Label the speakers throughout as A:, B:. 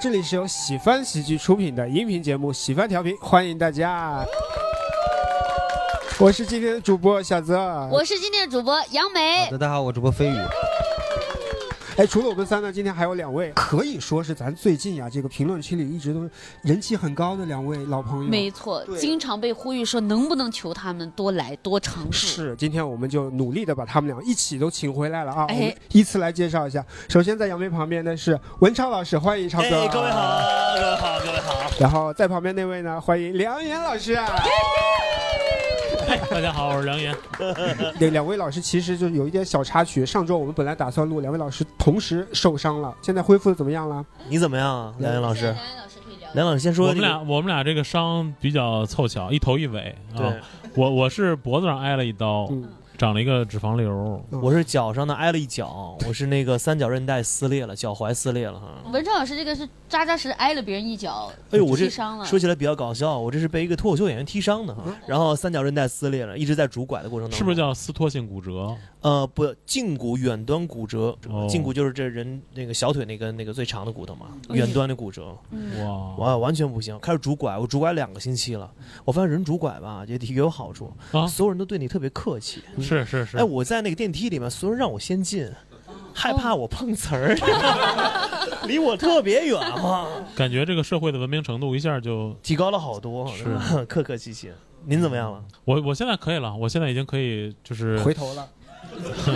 A: 这里是由喜翻喜剧出品的音频节目《喜翻调频》，欢迎大家。我是今天的主播小泽，
B: 我是今天的主播杨梅。
C: 大家好，我主播飞宇。
A: 哎，除了我们三呢，今天还有两位，可以说是咱最近啊这个评论区里一直都人气很高的两位老朋友。
B: 没错，
A: 嗯对
B: 经常被呼吁说能不能求他们多来多尝试。
A: 是，今天我们就努力的把他们俩一起都请回来了啊！
B: 哎
A: 我们依次来介绍一下。首先在杨梅旁边的是文超老师，欢迎超哥、
D: 哎，各位好，各位好，各位好，
A: 然后在旁边那位呢，欢迎梁岩老师啊。
D: 大家好，我是梁岩。
A: 两两位老师其实就是有一点小插曲，上周我们本来打算录，两位老师同时受伤了，现在恢复的怎么样了？
C: 你怎么样啊，梁岩老师？
B: 然老师可以聊
C: 梁老师先说
E: 我
C: 这
E: 们
C: 个
E: 俩我们俩这个伤比较凑巧，一头一尾啊
C: 对。
E: 我我是脖子上挨了一刀，
A: 嗯，
E: 长了一个脂肪瘤。
C: 我是脚上呢挨了一脚，我是那个三角韧带撕裂了，脚踝撕裂了哈。
B: 文超老师这个是扎扎实实挨了别人一脚，
C: 哎呦，我这
B: 踢伤了。嗯
C: 说起来比较搞笑，我这是被一个脱口秀演员踢伤的哈，然后三角韧带撕裂了，一直在拄拐的过程当中，
E: 是不是？叫撕脱性骨折？
C: 呃，不，胫骨远端骨折
E: 哦，
C: 胫骨就是这人那个小腿那根那个最长的骨头嘛，
B: 嗯
C: 远端的骨折，
B: 嗯，
E: 哇
C: 哇，完全不行，开始拄拐，我拄拐两个星期了，我发现人拄拐吧也也有好处，
E: 啊！
C: 所有人都对你特别客气，
E: 是是是
C: 哎，，我在那个电梯里面，所有人让我先进，害
B: 哦
C: 怕我碰瓷儿， 离我特别远嘛，
E: 感觉这个社会的文明程度一下就
C: 提高了好多，
E: 是
C: 客客气气。 您怎么样了？
E: 我我现在可以了，我现在已经可以就是
A: 回头了。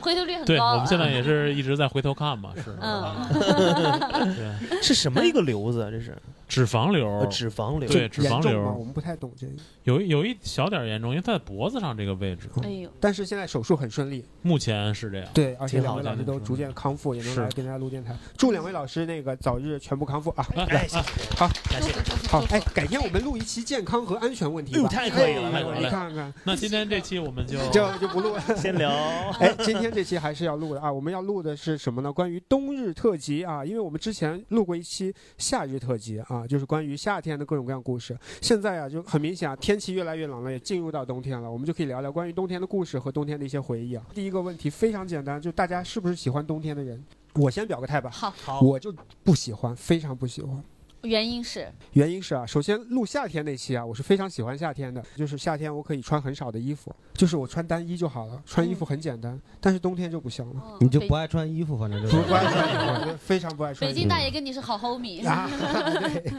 B: 回头率很
E: 对，
B: 高啊。
E: 我们现在也是一直在回头看嘛，是
B: 嗯，
E: 对
C: 是什么一个瘤子啊？这是
E: 脂肪
C: 呃
E: 瘤，
C: 脂肪瘤。
A: 这
E: 对脂
A: 严
E: 肪
A: 重吗？
E: 瘤
A: 我们不太懂这个，
E: 有一有一小点严重，因为它在脖子上这个位置，
B: 哎呦，
A: 但是现在手术很顺利，
E: 目前是这样。
A: 对，而且
C: 挺
A: 两
C: 好嗯
A: 位
E: 的
A: 老师都逐渐康复，也能
E: 是
A: 来跟大家录电台。祝两位老师那个早日全部康复啊！
C: 哎，谢谢
A: 好，
C: 感谢。
A: 好，哎，改天我们录一期健康和安全问题
C: 哎呦
A: 吧。
C: 太可以
A: 哎
C: 了
E: 嗯太可以了
A: 你看看，
E: 那今天这期我 们就
A: 这就不录了。
C: 先聊，
A: 哎，今天这期还是要录的啊！我们要录的是什么呢？关于冬日特辑啊，因为我们之前录过一期夏日特辑啊，就是关于夏天的各种各样故事。现在啊，就很明显啊，天气越来越冷了，也进入到冬天了，我们就可以聊聊关于冬天的故事和冬天的一些回忆啊。第一个问题非常简单，就大家是不是喜欢冬天的人？我先表个态吧，
B: 好，
C: 好，
A: 我就不喜欢，非常不喜欢。
B: 原因是
A: 原因是啊，首先录夏天那期啊，我是非常喜欢夏天的，就是夏天我可以穿很少的衣服，就是我穿单衣就好了，穿衣服很简单。但是冬天就不行了，
B: 嗯
F: 你就
B: 北
F: 不爱穿衣服，反正就
A: 不
F: 是
A: 不爱穿衣服，非常不爱穿
B: 北
A: 衣服。
B: 京大爷跟你是好 homie，
A: 啊，对，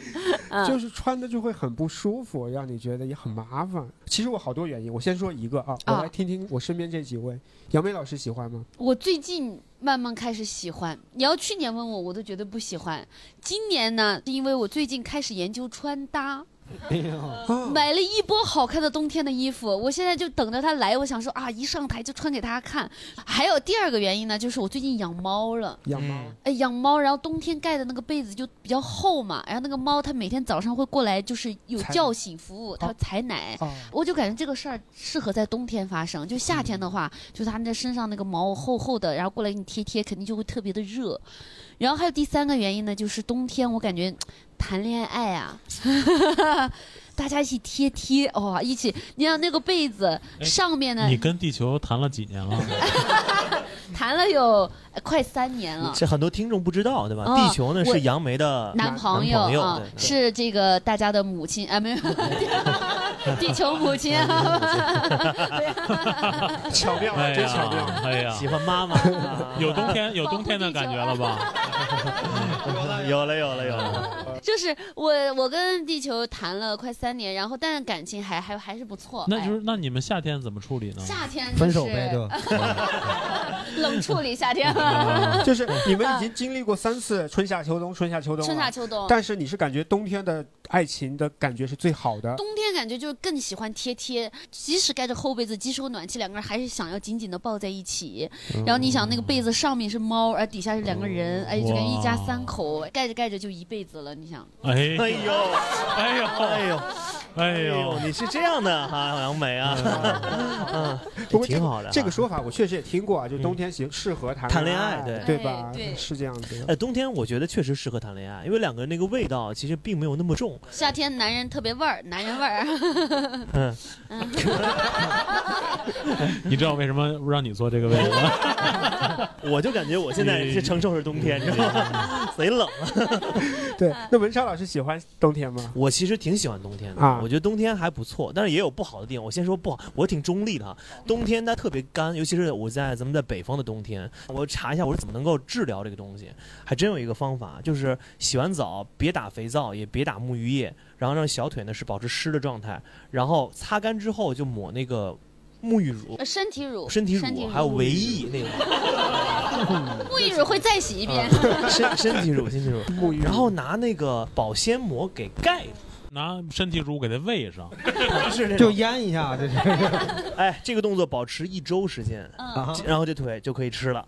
B: 嗯
A: 就是穿的就会很不舒服，让你觉得也很麻烦。其实我好多原因，我先说一个啊，我
B: 啊
A: 来听听我身边这几位，杨梅老师喜欢吗？
B: 我最近慢慢开始喜欢。你要去年问我，我都觉得不喜欢。今年呢，是因为我最近开始研究穿搭，
A: 啊，
B: 买了一波好看的冬天的衣服，我现在就等着它来。我想说啊，一上台就穿给大家看。还有第二个原因呢，就是我最近养猫了。
A: 养猫。
C: 嗯
B: 哎，养猫，然后冬天盖的那个被子就比较厚嘛，然后那个猫它每天早上会过来，就是有
A: 采
B: 叫醒服务，它会采奶。
A: 啊，
B: 我就感觉这个事儿适合在冬天发生，就夏天的话，就它那身上那个毛厚厚的，然后过来给你贴贴，肯定就会特别的热。然后还有第三个原因呢，就是冬天我感觉谈恋爱啊， 大家一起贴贴哦，一起，你看那个被子
E: 哎
B: 上面呢
E: 你跟地球谈了几年了？
B: 谈了有哎快三年 了。
C: 这很多听众不知道对吧？
B: 哦
C: 地球呢
B: 我
C: 是杨梅的
A: 男
B: 男朋
C: 男朋友
B: 啊
C: 对，对
B: 是这个大家的母 亲啊，没有，地球母亲啊，
A: 巧妙啊，
E: 哎
A: 真
E: 呀
A: 巧妙。，
E: 哎呀
C: 喜，欢妈妈，
E: 有冬天有冬天的感觉了吧？
C: 有了有了有了，
B: 就是我，我跟地球谈了快三年，然后但是感情还还还是不错。
E: 那就是那你们夏天怎么处理呢
B: 哎、？夏天啊
F: 分手呗，就
B: 冷处理夏天，
A: 就是你们已经经历过三次春夏秋冬，春夏秋冬，啊
B: 春夏秋冬。
A: 但是你是感觉冬天的爱情的感觉是最好的，
B: 冬天感觉就是更喜欢贴贴，即使盖着厚被子，即使有暖气，两个人还是想要紧紧的抱在一起。
C: 嗯
B: 然后你想那个被子上面是猫，而底下是两个人，哎，就跟一家哎三口盖着盖着就一辈子了。你想，
E: 哎
C: 嗯哎呦
E: 哎呦
C: 哎呦，
E: 哎
C: 哎
E: 呦
C: 呦，，你是这样的哈，杨梅啊，
E: 哎
C: 嗯，
A: 不过这
C: 挺
A: 个
C: 好的。嗯
A: 这个，说法我确实也听过啊，就冬天行适合谈
C: 谈
A: 恋
C: 恋
A: 爱，
C: 爱对
A: 对吧
B: 哎？对
A: 是这样子的。
C: 哎，冬天我觉得确实适合谈恋爱，因为两个人那个味道其实并没有那么重。
B: 夏天男人特别 味儿，男人味儿。
C: 嗯，
E: 你知道为什么让你坐这个位置吗？
C: 我就感觉我现在是 承受着冬天，知道吗？贼冷啊！
A: 对，那文超老师喜欢冬天吗？
C: 我其实挺喜欢冬天的，
A: 啊
C: 我觉得冬天还不错，但是也有不好的地方。我先说不好，我挺中立的哈。冬天它特别干，尤其是我在咱们在北方的冬天，我查一下我是怎么能够治疗这个东西，还真有一个方法，就是洗完澡别打肥皂，也别打沐浴液，然后让小腿呢是保持湿的状态，然后擦干之后就抹那个沐浴乳。
B: 呃 身体乳，
C: 身体乳啊还有维 E 那个
B: 沐浴乳会再洗一遍。
C: 啊身身体乳身体乳，
A: 沐浴，
C: 然后拿那个保鲜膜给盖住，
E: 拿身体乳给它喂上，
C: 是那
F: 就
C: 种
F: 腌一下，这是
C: 哎，这个动作保持一周时间，
B: 嗯。
F: 啊
C: 然后这腿就可以 吃了，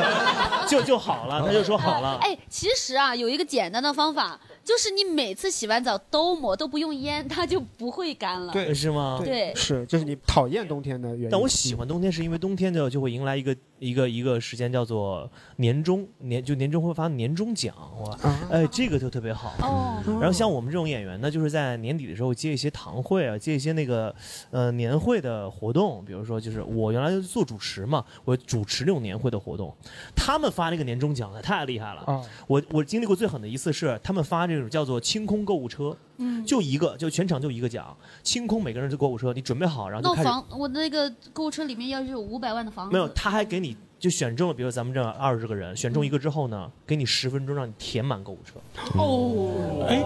C: 就就好啊了，他就说好了。
B: 哎，其实啊，有一个简单的方法，就是你每次洗完澡都抹，都不用腌，它就不会干了。
F: 对
C: 是吗？
B: 对
A: 是，这是你讨厌冬天的原因。
C: 但我喜欢冬天，是因为冬天的就会迎来一个一个一个时间，叫做年终年，就年终会发年终奖，哇，
A: 啊，
C: 哎，这个就特别好。
B: 哦，
C: 然后像我们这种演员呢，就是在年底的时候接一些堂会啊，接一些那个呃年会的活动，比如说就是我原来就是做主持嘛，我主持那种年会的活动，他们发那个年终奖的太厉害了。
A: 啊，
C: 我我经历过最狠的一次是他们发这种叫做清空购物车，
B: 嗯，
C: 就一个，就全场就一个奖，清空每个人的购物车，你准备好，然后
B: 那
C: 就开始。
B: 房我那个购物车里面要是有五百万的房子，
C: 没有，他还给你就选中了，比如咱们这二十个人，选中一个之后
B: 嗯
C: 呢，给你十分钟让你填满购物车，
B: 哦
E: 哎，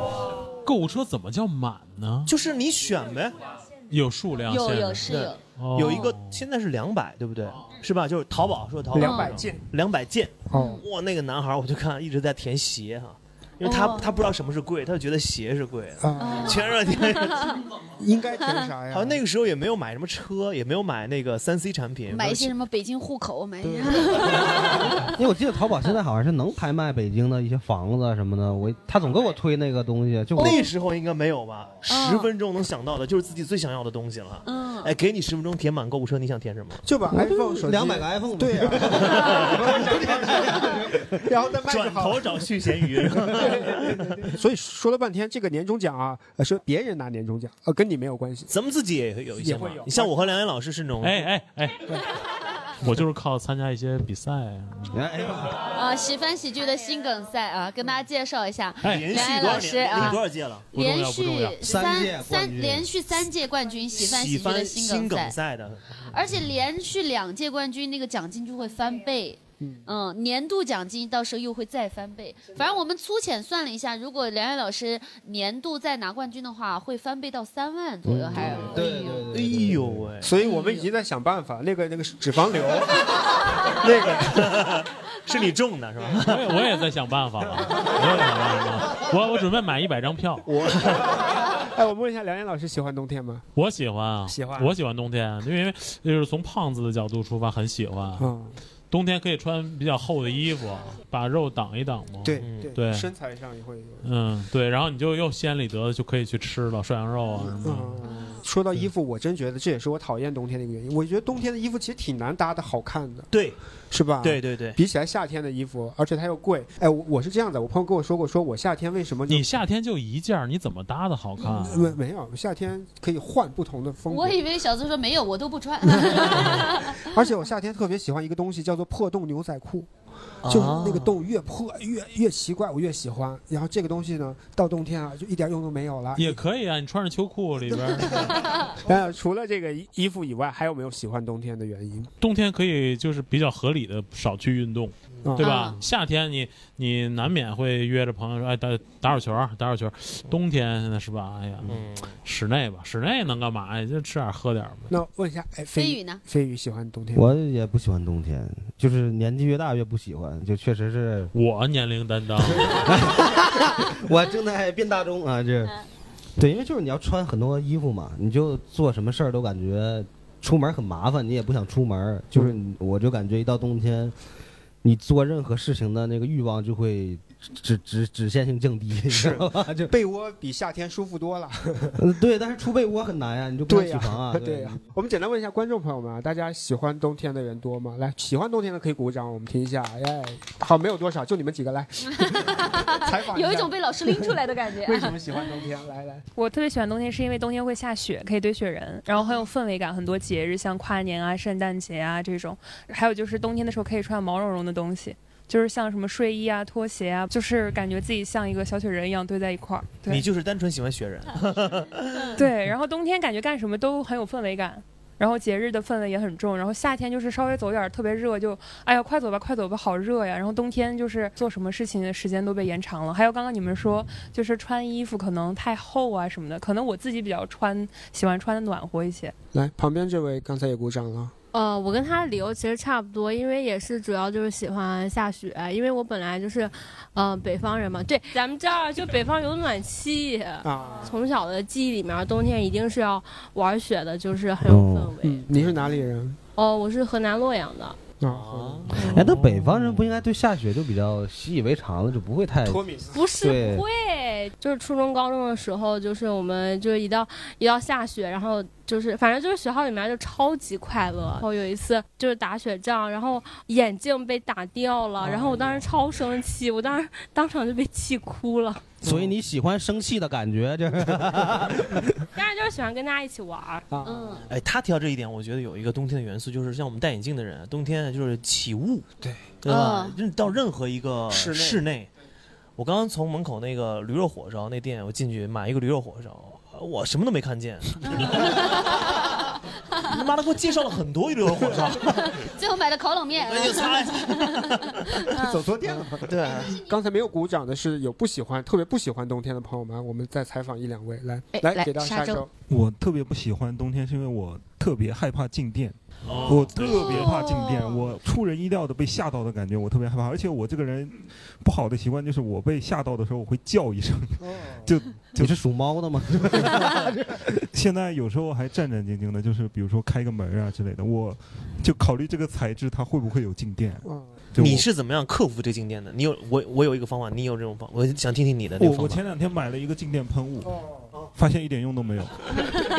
E: 购物车怎么叫满呢？
C: 就是你选呗。
E: 有数量
B: 有
E: 限
B: 有
E: 制，
B: 是有，
E: 哦
C: 有一个现在是两百，对不对？是吧？就是淘宝说淘宝
A: 两百
B: 嗯
A: 件
C: 两百件，
A: 哦，
C: 哇，那个男孩我就看一直在填鞋哈，因为他
B: 哦
C: 他不知道什么是贵，他就觉得鞋是贵的，
A: 啊，
C: 全让填。
A: 应该填啥呀？
C: 好像那个时候也没有买什么车，也没有买那个三 C 产品，
B: 买一些什么北京户口，买一些。
F: 因为我记得淘宝现在好像是能拍卖北京的一些房子什么的，我他总给我推那个东西，
A: 哦
F: 就我
C: 那时候应该没有吧？
B: 嗯
C: 十分钟能想到的就是自己最想要的东西了。
B: 嗯，
C: 哎，给你十分钟填满购物车，你想填什么？
A: 就把 iPhone 手机
F: 两百个 iPhone
A: 对呀， 然后再卖就
C: 转
A: 好
C: 头
A: 了。
C: 找续闲鱼。
A: 所以说了半天，这个年终奖啊，呃，是别人拿年终奖，呃，跟你没有关系。
C: 咱们自己也有一些嘛
A: 也会有。
C: 你像我和梁岩老师是那种，
E: 哎哎 哎，我就是靠参加一些比赛啊，
F: 哎呀
B: 啊，喜翻喜剧的新梗赛啊，跟大家介绍一下，
E: 哎，
C: 连
B: 梁
C: 续
B: 岩
C: 多少
B: 老师
C: 年，
B: 啊
C: 连多少届了？
E: 不重要
B: 连
E: 不重要
B: 续
F: 三届
B: 三
F: 冠
B: 三
F: 军
B: 连续三届冠军喜翻喜
C: 喜
B: 剧的
C: 翻
B: 新
C: 新梗
B: 梗赛，
C: 赛的，
B: 而且连续两届冠军，那个奖金就会翻倍。嗯，年度奖金到时候又会再翻倍。反正我们粗浅算了一下，如果梁岩老师年度再拿冠军的话，会翻倍到三万左
E: 嗯
B: 右，还
F: 对对对对
C: 哎呦喂！
A: 所以我们已经在想办法，那个那个脂肪瘤，
C: 那个 是你中的是吧？
E: 我也我也在想办法了，我也在想办法了，我我准备买一百张票，
A: 哎，我问一下，梁岩老师喜欢冬天吗？
E: 我喜欢啊，
A: 喜欢
E: 我喜欢冬天，因为因为就是从胖子的角度出发，很喜欢
A: 啊，
E: 冬天可以穿比较厚的衣服，把肉挡一挡嘛，
A: 对
C: 嗯
E: 对
A: 身材上也会有。
E: 嗯，对，然后你就又心里得就可以去吃了涮羊肉啊什么
A: 嗯，说到衣服，我真觉得这也是我讨厌冬天的一个原因。我觉得冬天的衣服其实挺难搭的好看的，
C: 对
A: 是吧？
C: 对。对对，
A: 比起来夏天的衣服，而且它又贵。哎，我我是这样的，我朋友跟我说过，说我夏天为什么
E: 的。
A: 就
E: 你夏天就一件儿，你怎么搭的好看啊？
A: 没没有夏天可以换不同的风格
B: 我，以为小子说没有，我都不穿。
A: 而且我夏天特别喜欢一个东西叫做破洞牛仔裤，
E: 啊
A: 就是那个洞越破越越奇怪，我越喜欢。然后这个东西呢，到冬天啊就一点用都没有了。
E: 也可以啊，你穿着秋裤里边儿，
A: 呃，除了这个衣衣服以外，还有没有喜欢冬天的原因？
E: 冬天可以就是比较合理的少去运动，
C: 嗯
A: 啊
E: 对吧？
B: 啊
E: 夏天你你难免会约着朋友说，哎，打打会儿球儿，打会儿球儿。冬天现在是吧？哎呀，
C: 嗯，
E: 室内吧，室内能干嘛呀？就吃点儿喝点儿呗。
A: 那问一下，哎，
B: 飞
A: 飞
B: 宇呢？
A: 飞宇喜欢冬天吗？
F: 我也不喜欢冬天，就是年纪越大越不喜欢，就确实是
E: 我年龄担 当，
F: 我正在变大中啊，这，对，因为就是你要穿很多衣服嘛，你就做什么事儿都感
A: 嗯
F: 觉出门很麻烦，你也不想出门，就是你我就感觉一到冬天，你做任何事情的那个欲望就会直直直线性降低，你知道吧？就
A: 被窝比夏天舒服多了。
F: 嗯对，但是出被窝很难呀，你就不能
A: 对
F: 起
A: 呀、
F: 床啊。
A: 对呀、我们简单问一下观众朋友们啊，大家喜欢冬天的人多吗？来，喜欢冬天的可以鼓掌，我们听一下。哎，好，没有多少，就你们几个来。 采访
B: 有一
A: 下
B: 种被老师拎出来的感觉。
A: 为什么喜欢冬天？来 来，
G: 我特别喜欢冬天，是因为冬天会下雪，可以堆雪人，然后很有氛围感。很多节日，像跨年啊、圣诞节啊这种，还有就是冬天的时候可以穿毛茸茸的东西，就是像什么睡衣啊、拖鞋啊，就是感觉自己像一个小雪人一样堆在一块儿。
C: 你
G: 对
C: 就是单纯喜欢雪人，
G: 对，然后冬天感觉干什么都很有氛围感。然后节日的氛围也很重，然后夏天就是稍微走点儿特别热就，哎呀快走吧快走吧好热呀，然后冬天就是做什么事情的时间都被延长了。还有刚刚你们说就是穿衣服可能太厚啊什么的，可能我自己比较穿喜欢穿的暖和一些。
A: 来，旁边这位刚才也鼓掌了。
H: 呃，我跟他的理由其实差不多，因为也是主要就是喜欢下雪，因为我本来就是，呃，北方人嘛。对，咱们这儿就北方有暖气，
A: 啊，
H: 从小的记忆里面，冬天一定是要玩雪的，就是很有氛围。
A: 嗯，你是哪 里人？
H: 哦，我是河南洛阳的，
A: 啊，
F: 哎，那北方人不应该对下雪就比较习以为常了，就不会
B: 哎
F: 太
A: 托米斯。
H: 不是
F: 对
H: 不会，就是初中高中的时候，就是我们就是一到一到下雪，然后就是反正就是学校里面就超级快乐。然后有一次就是打雪仗，然后眼镜被打掉了，然后我
B: 哎
H: 当时超生气，我当时当场就被气哭 了。
F: 所以你喜欢生气的感觉，就是
H: 但是就是喜欢跟大家一起玩儿，
A: 啊，
B: 嗯，
C: 哎，他提到这一点，我觉得有一个冬天的元素，就是像我们戴眼镜的人，冬天就是起雾，
A: 对
C: 对吧
B: 嗯？
C: 任到任何一个
A: 室内
C: 室内，我刚刚从门口那个驴肉火烧那店，我进去买一个驴肉火烧，我什么都没看 见，他妈的给我介绍了很多驴肉 火烧，
B: 最后买的烤冷面。
C: 那就擦一下。
A: 走错 店了。
C: 对，
A: 刚才没有鼓掌的是有不喜欢、特别不喜欢冬天的朋友们，啊我们再采访一两位来
B: 哎
A: 来
B: 来
A: 给到
B: 沙
A: 下
B: 洲
A: 周。
I: 我特别不喜欢冬天，是因为我特别害怕静电，我特别怕静电，
B: 哦，
I: 我出人意料的被吓到的感觉，我特别害怕。而且我这个人不好的习惯就是，我被吓到的时候我会叫一声。
A: 哦
I: 就
F: 你是属猫的吗？
I: 现在有时候还战战兢兢的，就是比如说开个门啊之类的，我就考虑这个材质它会不会有静电。
A: 嗯，
I: 就我
C: 你是怎么样克服这静电的？你有我，我有一个方法，你有这种方，我想听听你的那
I: 我
C: 个方
I: 我
C: 法。
I: 前两天买了一个静电喷雾，
A: 哦，
I: 发现一点用都没有。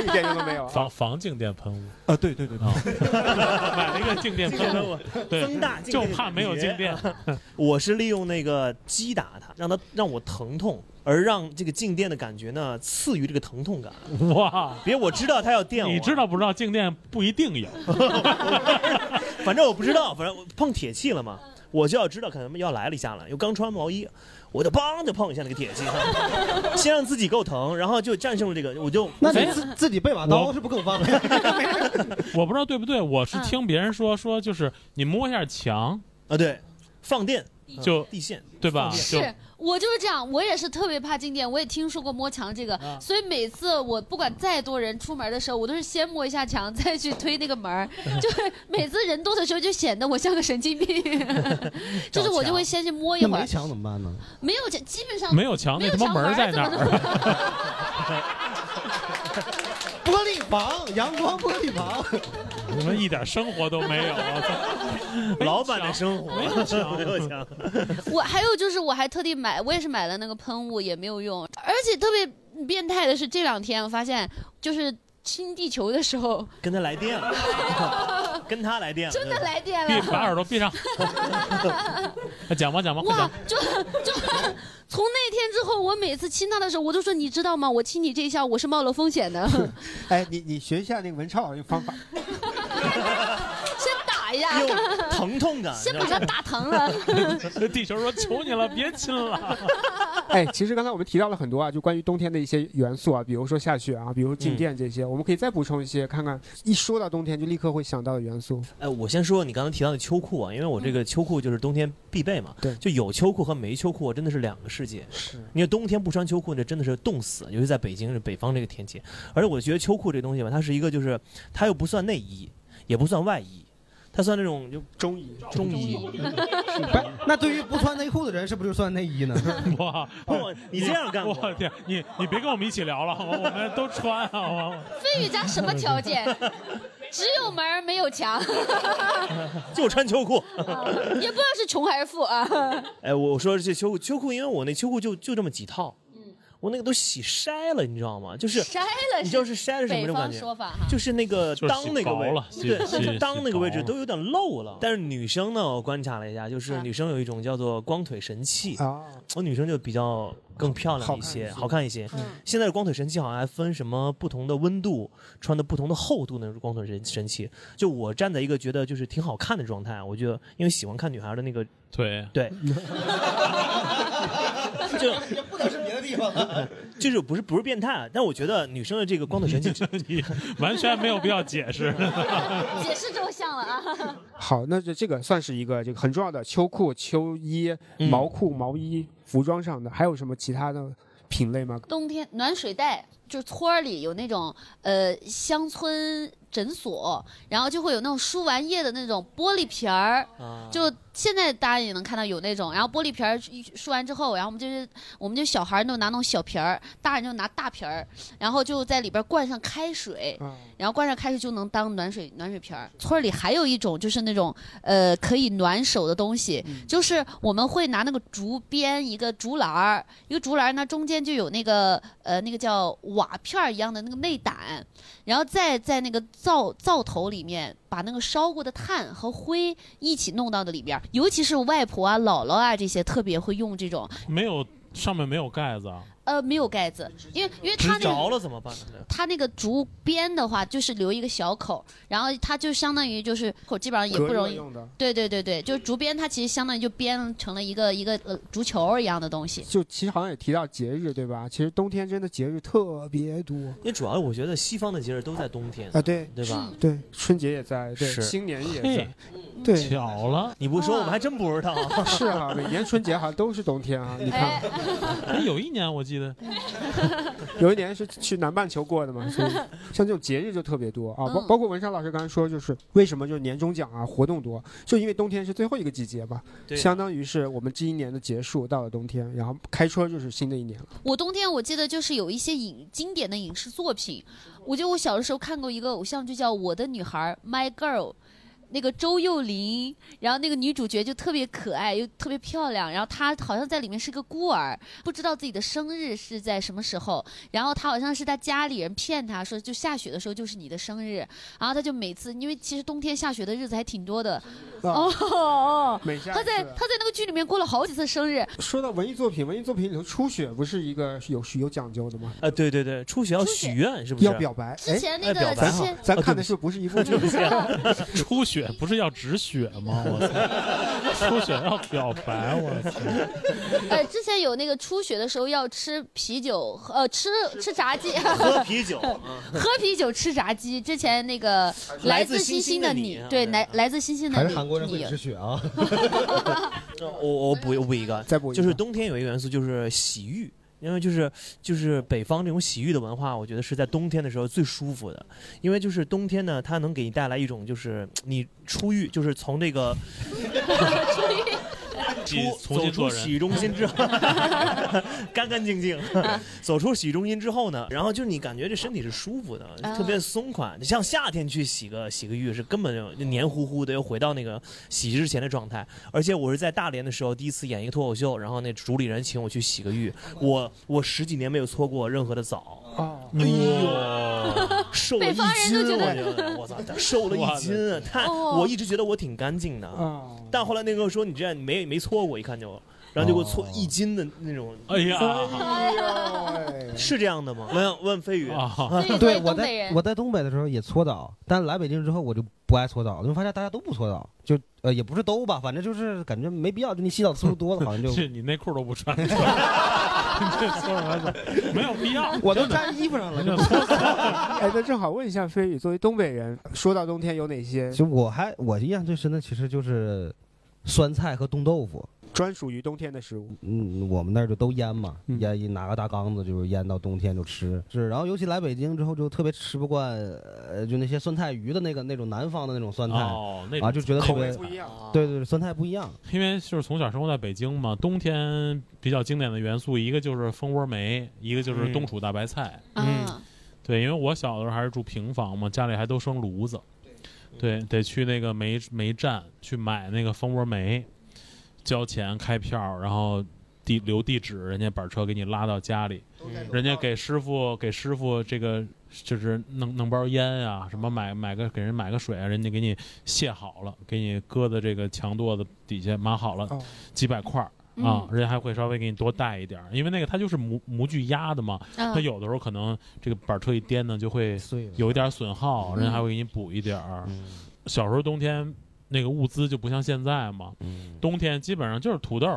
A: 一点用都没有啊。
E: 防防静电喷雾，
I: 啊，对对对对
E: 啊， 买了一个静电喷雾， 对，
C: 大
E: 就怕没有静电。
C: 我是利用那个击打它，让它让我疼痛，而让这个静电的感觉呢次于这个疼痛感。
E: 哇！
C: 别，我知道它要 电我，
E: 你知，道不知道静电不一定有，
C: 反正我不知道，反正我碰铁器了嘛，我就要知道可能要来了一下了，又刚穿毛衣，我就梆就碰一下那个铁器， 先让自己够疼，然后就战胜了这个，我就
F: 那你自自己备把刀是不更方便？
E: 我不知道对不对，我是听别人说说就是你摸一下墙，
C: 啊对，放电嗯
E: 就
C: 地线，
E: 对吧？就是
B: 我就是这样，我也是特别怕静电，我也听说过摸墙这个，
E: 啊
B: 所以每次我不管再多人出门的时候，我都是先摸一下墙， 再去推那个门儿，就是每次人多的时候就显得我像个 神经病， 就是我就会先去摸一
F: 那
B: 会儿
F: 没，墙怎么办呢？
B: 没有墙，基本上
E: 没有墙，那他妈门儿在哪儿？
B: 儿？
F: 玻璃房，阳光玻璃房。
E: 你们一点生活都没有，啊我 操
C: 老板的生活
E: 没有墙
C: 没有墙，
B: 我还有就是，我还特地买，我也是买了那个喷雾，也没有用。而且特别变态的是，这两天我发现，就是清地球的时候，
C: 跟他来电 了，跟他来电了，
B: 真的来电了
E: 闭。把耳朵闭 上。哎讲吧讲吧，快
B: 哇
E: 讲！，
B: 就就从那天之后，我每次亲他的时候，我就说你知道吗？我亲你这一下，我是冒了风险的，先
A: 哎，你你学一下那个文超老师的方 法，
B: 打一下，
C: 有疼痛感，
B: 先把他打疼了。
E: 地球说：“求你了，别 亲了。
A: 哎，其实刚才我们提到了很多啊，就关于冬天的一些元素啊，比如说下雪啊，比如
C: 嗯
A: 静电这些，我们可以再补充一些，看看一说到冬天就立刻会想到的元素。
C: 哎，我先说你刚才提到的秋裤啊，因为我这个秋裤就是冬天必备嘛。
A: 对
C: 就有秋裤和没秋裤真的是两个世界。
A: 是，
C: 因为冬天不穿秋裤，这真的是冻死，尤其在北京北方这个天气。而且我觉得秋裤这东西吧，它是一个就是它又不算内衣，也不算外衣，它算那种就
A: 中医
C: 中衣。
F: 不是，那对于不穿内裤的人，是不是就算内 衣呢？”
E: 哇，
C: 哇，哦你这样干
E: 我
C: 过？
E: 天， 你你别跟我们一起聊了，好吗？我们都穿好吗？
B: 飞宇家什么条件？只有门儿没有墙，
C: 就穿秋裤。
B: 也不知道是穷还是富啊。
C: 哎，我说这秋裤，秋裤，因为我那秋裤就就这么几套，我那个都洗筛了，你知道吗？就是
B: 嗯筛了，
C: 你知道是筛了什么种感
B: 北
C: 觉
B: 方？说法哈，
C: 就是那个
E: 就是
C: 裆那
E: 洗
C: 个位
E: 薄了洗
C: 对，
E: 洗
C: 就是裆那个位置
E: 洗薄了
C: 都有点露
B: 嗯
C: 了。但是女生呢，我观察了一下，就是女生有一种叫做光腿神器
A: 啊，
C: 我女生就比较更漂
A: 好
C: 亮一
A: 看
C: 些，
A: 一些
C: 好看一些。
B: 嗯
C: 现在的光腿神器好像还分什么不同的温度，穿的不同的厚度那种光腿神神器。就我站在一个觉得就是挺好看的状态，我觉得因为喜欢看女孩的那个
E: 腿，
C: 对，就
F: 也不能是别的地 方。
C: 就是不是不是变态，但我觉得女生的这个光腿神器
E: 完全没有必要解
A: 啊
E: 释。
B: 解释周向了啊。
A: 好，那这这个算是一个这个很重要的秋裤、秋衣、
C: 嗯
A: 毛裤、毛衣、服装上的，还有什么其他的品类吗？
B: 冬天暖水袋，就是村儿里有那种呃乡村诊所，然后就会有那种输完液的那种玻璃瓶儿，就现在大家也能看到有那种，然后玻璃瓶儿一输完之后，然后我们就是我们就小孩儿就拿那种小瓶儿，大人就拿大瓶儿，然后就在里边灌上开水，然后灌上开水就能当暖水暖水瓶儿。村儿里还有一种就是那种呃可以暖手的东西，就是我们会拿那个竹编一个竹篮儿，一个竹篮儿呢中间就有那个呃那个叫瓦片儿一样的那个内胆，然后再在那个灶灶头里面把那个烧过的炭和灰一起弄到的里边儿，尤其是外婆啊、姥姥啊这些特别会用这种，
E: 没有上面没有盖子啊，
B: 呃没有盖子，因为因为
E: 直
B: 它那个
C: 着了怎么办呢？
B: 它那个竹编的话，就是留一个小口，然后它就相当于就是口基本上也不容
A: 隔热
B: 易
A: 用的。
B: 对对对对，就是竹编，它其实相当于就编成了一个一个呃竹球儿一样的东西。
A: 就其实好像也提到节日，对吧？其实冬天真的节日特别多
C: 因为主要我觉得西方的节日都在冬天
A: 啊，对
C: 对吧？
A: 对，春节也在，对，
C: 是
A: 新年也
E: 嘿
A: 在，对，
E: 巧了，
C: 你不说我们还真不知道。
A: 是啊，每年春节好像都是冬天啊。你看，
E: 哎有一年我记得
A: 有一年是去南半球过的嘛，所以像这种节日就特别多啊。包
B: 嗯
A: 包括文山老师刚才说，就是为什么就是年终奖啊活动多，就因为冬天是最后一个季节嘛，
C: 对
A: 相当于是我们这一年的结束，到了冬天，然后开春就是新的一年了。
B: 我冬天我记得就是有一些影经典的影视作品，我记得我小的时候看过一个偶像剧叫《我的女孩》（My Girl）。那个周幼玲，然后那个女主角就特别可爱，又特别漂亮。然后她好像在里面是个孤儿，不知道自己的生日是在什么时候。然后她好像是她家里人骗她说，就下雪的时候就是你的生日。然后她就每次，因为其实冬天下雪的日子还挺多的。哦，哦
A: 每啊下一
B: 她在
A: 次
B: 她在那个剧里面过了好几次生日，
A: 说到文艺作品，文艺作品里头初雪不是一个有有讲究的吗？
C: 啊，对对对，初雪要许愿是不是？
A: 要表白，
B: 之
A: 哎，
B: 前那
C: 哎
B: 个
C: 表白
B: 之
C: 哈
B: 前
A: 咱看的是不是一部 剧？
E: 出血不是要止血吗？我 操，出血要表白，我操，
B: 呃，之前有那个初雪的时候要吃啤酒，喝呃，吃吃炸鸡，
C: 喝啤酒，啊
B: 喝啤酒吃炸鸡。之前那个
C: 来
B: 自
C: 自星
B: 星星
C: 星
B: 的
C: 的
B: 你
C: 你，对
B: 对，来来自星星的
F: 还
B: 你，
F: 是韩国人会
B: 你
F: 止 血啊？
C: 我我补我补一个，
A: 再补一个
C: 就是冬天有一个元素就是洗浴。因为就是就是北方这种洗浴的文化，我觉得是在冬天的时候最舒服的，因为就是冬天呢，它能给你带来一种就是你出浴，就是从这个
E: 你
C: 出走出
E: 重新做
C: 洗
E: 人，
C: 浴中心 之后，干干净净
E: 嗯
C: 走出洗浴中心之后呢，然后就是你感觉这身体是舒服的，
E: 嗯
B: 啊
C: 特别松快。你像夏天去洗个洗个浴是根本就黏糊糊的，又回到那个洗之前的状态。而且我是在大连的时候第一次演一个脱口秀，然后那主理人请我去洗个浴，我我十几年没有搓过任何的澡。
A: 哦，
C: 哎呦，
E: 哦
C: 瘦了一
B: 北方人都
C: 斤，
B: 觉得
C: 我觉
E: 嗯
C: 得，我操，瘦了一斤，太，
B: 哦
C: 我一直觉得我挺干净的，
E: 嗯
A: 啊，
C: 但后来那个说你这样没没搓过，一看就，然后就给我搓一斤的那种，
E: 哎呀哎
A: 哎呦喂
C: 是这样的吗？问问飞宇，
E: 啊，
B: 所以
F: 对，我
B: 作为东北
F: 在
B: 人
F: 我在东北的时候也搓澡，但来北京之后我就不爱搓澡，因为发现大家都不搓澡，就呃也不是都吧，反正就是感觉没必要，就你洗澡次数多了，好像 就
E: 这你内裤都不 穿，你这说什么？没有必要。
F: 我都粘衣服上 了。就
A: 哎，那正好问一下飞宇，作为东北人，说到冬天有哪些
F: 其实我还我印象最深的其实就是酸菜和冻豆腐，
A: 专属于冬天的食物？
F: 嗯，我们那儿就都腌嘛，
A: 嗯
F: 腌一拿个大缸子就是腌到冬天就吃。是，然后尤其来北京之后就特别吃不惯，呃，就那些酸菜鱼的那个那种南方的那种酸菜、
E: 哦，那
F: 啊，
E: 种
F: 就觉得特
A: 口
F: 别
A: 味不一样，
F: 对对对，酸菜不一样。
E: 因为就是从小生活在北京嘛，冬天比较经典的元素，一个就是蜂窝煤，一个就是冬储大白菜。
B: 啊，
E: 对，因为我小的时候还是住平房嘛，家里还都生炉子，对，得去那个煤煤站去买那个蜂窝煤，交钱开票，然后地留地址，人家板车给你拉到家里，人家给师傅给师傅这个就是弄弄包烟啊，什么买买个给人买个水啊，人家给你卸好了，给你搁在这个墙垛子底下码好了，几百块儿。啊，
D: 嗯
E: 人家还会稍微给你多带一点儿，因为那个它就是模模具压的嘛，
D: 嗯
E: 它有的时候可能这个板车一颠呢，就会有一点儿损耗，人家还会给你补一点儿。
C: 嗯
E: 小时候冬天那个物资就不像现在嘛，
C: 嗯
E: 冬天基本上就是土豆、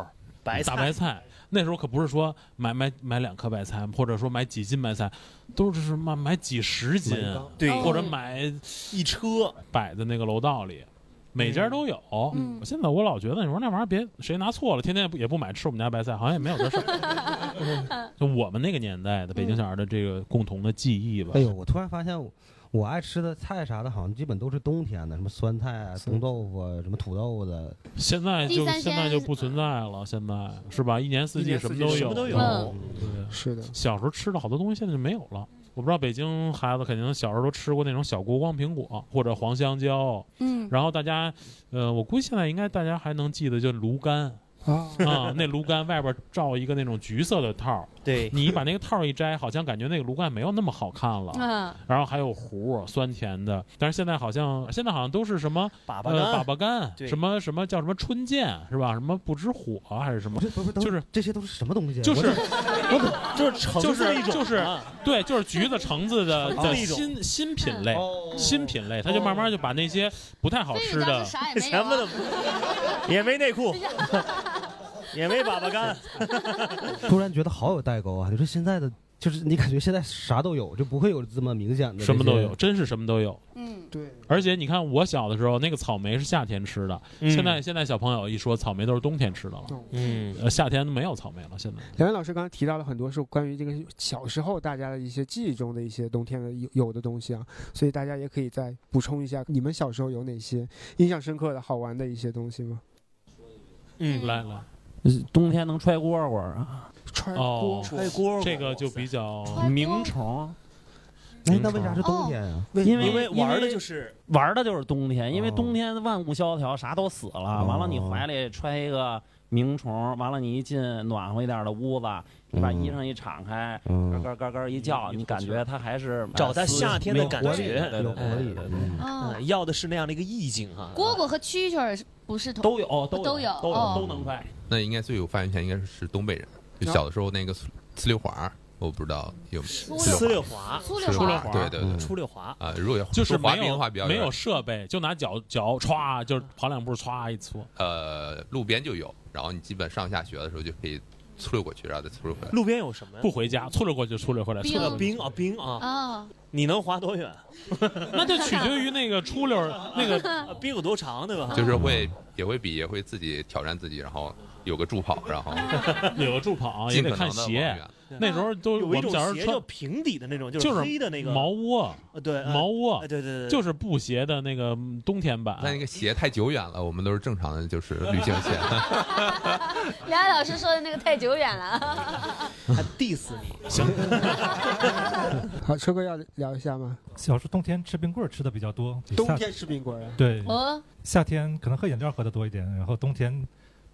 C: 白菜
E: 大白菜。那时候可不是说买买买两颗白菜，或者说买几斤白菜，都是买买几十
C: 买
E: 斤
C: 一缸，对
E: 或者买
C: 一车
E: 摆在那个楼道里。每家
C: 嗯
E: 都有，我现在我老觉得你说那玩意儿别谁拿错了，天天也不也不买吃我们家白菜，好像也没有这事儿。就我们那个年代的北京小孩的这个共同的记忆吧。
F: 哎呦，我突然发现我，我爱吃的菜啥的，好像基本都是冬天的，什么酸菜啊、
E: 是
F: 冻豆腐啊、什么土豆子。
E: 现在
F: 第
E: 就
F: 三
E: 现在
F: 鲜
E: 就不存在了，现在啊是吧？一年四
F: 一
E: 季
F: 年
E: 什
F: 四
E: 么
F: 季
E: 都
F: 什
E: 有，
F: 么都有嗯
E: 对
A: 是的。
E: 小时候吃的好多东西现在就没有了。我不知道北京孩子肯定小时候都吃过那种小国光苹果或者黄香蕉，
D: 嗯
E: 然后大家，呃，我估计现在应该大家还能记得，就炉甘。
A: 啊
E: 那炉甘外边罩一个那种橘色的套，
C: 对
E: 你把那个套一摘，好像感觉那个炉甘没有那么好看了。
D: 嗯
E: 然后还有核酸甜的，但是现在好像现在好像都是什么粑
C: 粑干
E: 粑粑干，
C: 对
E: 什么什么叫什么春见是吧？什么不知火还是什么？就是
F: 这些都是什么东西？啊
E: 就是
B: 嗯
F: 我
C: 就是橙
E: 就
C: 子的
E: 是
C: 一种
E: 就是
C: 啊
E: 对，就是橘子、橙子的
C: 橙子
E: 的
C: 的一种
E: 新新品类，
C: 哦
E: 新品类，它就慢慢就把那些不太好吃的
C: 全部都也没内裤，也没粑粑干，
F: 突然觉得好有代沟啊！你说现在的，就是你感觉现在啥都有，就不会有这么明显的
E: 什么都
F: 这些
E: 有，真是什么都有。
A: 嗯，对，
E: 而且你看，我小的时候那个草莓是夏天吃的，
A: 嗯
E: 现在现在小朋友一说草莓都是冬天吃的了，
C: 嗯
E: 呃，夏天没有草莓了，现在。
A: 梁岩老师刚才提到了很多是关于这个小时候大家的一些记忆中的一些冬天的有有的东西啊，所以大家也可以再补充一下，你们小时候有哪些印象深刻的好玩的一些东西吗？
E: 嗯，来来，
J: 呃冬天能揣蝈蝈啊，
A: 揣
E: 哦，
C: 锅
E: 这个就比较
J: 鸣虫。
E: 哎那为啥是冬
J: 天
F: 啊
J: 哦因为
C: 因为玩的就是是哦
J: 玩儿的就是冬天，因为冬天万物萧条，啥都死了。完了，你怀里揣一个鸣虫，完了你一进暖和一点的屋子，你把衣裳一敞开，
F: 嗯
J: 咯咯咯咯一叫，你感觉它还是
C: 找它夏天的感
J: 没有
C: 觉
J: 活力，
C: 有活力
B: 哦
C: 嗯要的是那样的一个意境哈。
B: 蝈蝈和蛐蛐儿不是同
J: 都有都有
B: 都有
J: 都有
B: 哦
J: 都 能揣。
K: 那应该最有发言权应该是东北人，就
C: 啊
K: 小的时候那个呲溜滑儿，我不知道有没有
C: 呲溜滑，
K: 呲溜滑呲溜滑对对对
C: 呲溜滑。
K: 啊，如果要
E: 嗯就是
K: 说滑
E: 没
K: 冰的
E: 有
K: 话比较
E: 没有设备，就拿脚脚歘，就是跑两步歘一搓。
K: 呃路边就有，然后你基本上下学的时候就可以呲溜过去，然后再呲溜回来。
C: 路边有什么呀？
E: 不回家，搓溜过去，搓溜回来，
C: 冰
E: 搓溜
C: 冰啊冰啊，
A: 哦
B: 啊，
C: 你能滑多远？
E: 那就取决于那个出溜那
C: 个 冰有多长，对吧？
K: 就是会也会比也会自己挑战自己，然后有个助跑，然后
E: 有个助跑啊也
K: 尽
E: 得
K: 可能
E: 看
K: 的往
E: 鞋
K: 远。
E: 那时候都
C: 有
E: 我
C: 一种
E: 们小时候
C: 鞋
E: 穿
C: 叫平底的那种，就
E: 就是
C: 是黑的那个啊
E: 毛窝，
C: 对啊
E: 毛窝，
C: 对对对，
E: 就是布鞋的那个嗯冬天版。
K: 但那个鞋太久远了，我们都是正常的，就是旅行 鞋。
B: 梁老师说的那个太久远了。
C: 还 diss 你，行。
A: 好，车哥要聊一下吗？
L: 小时候冬天吃冰棍儿吃的比较多，比夏
A: 冬天吃冰棍儿啊
L: 对
A: 哦，
L: 夏天可能喝饮料喝的多一点，然后冬天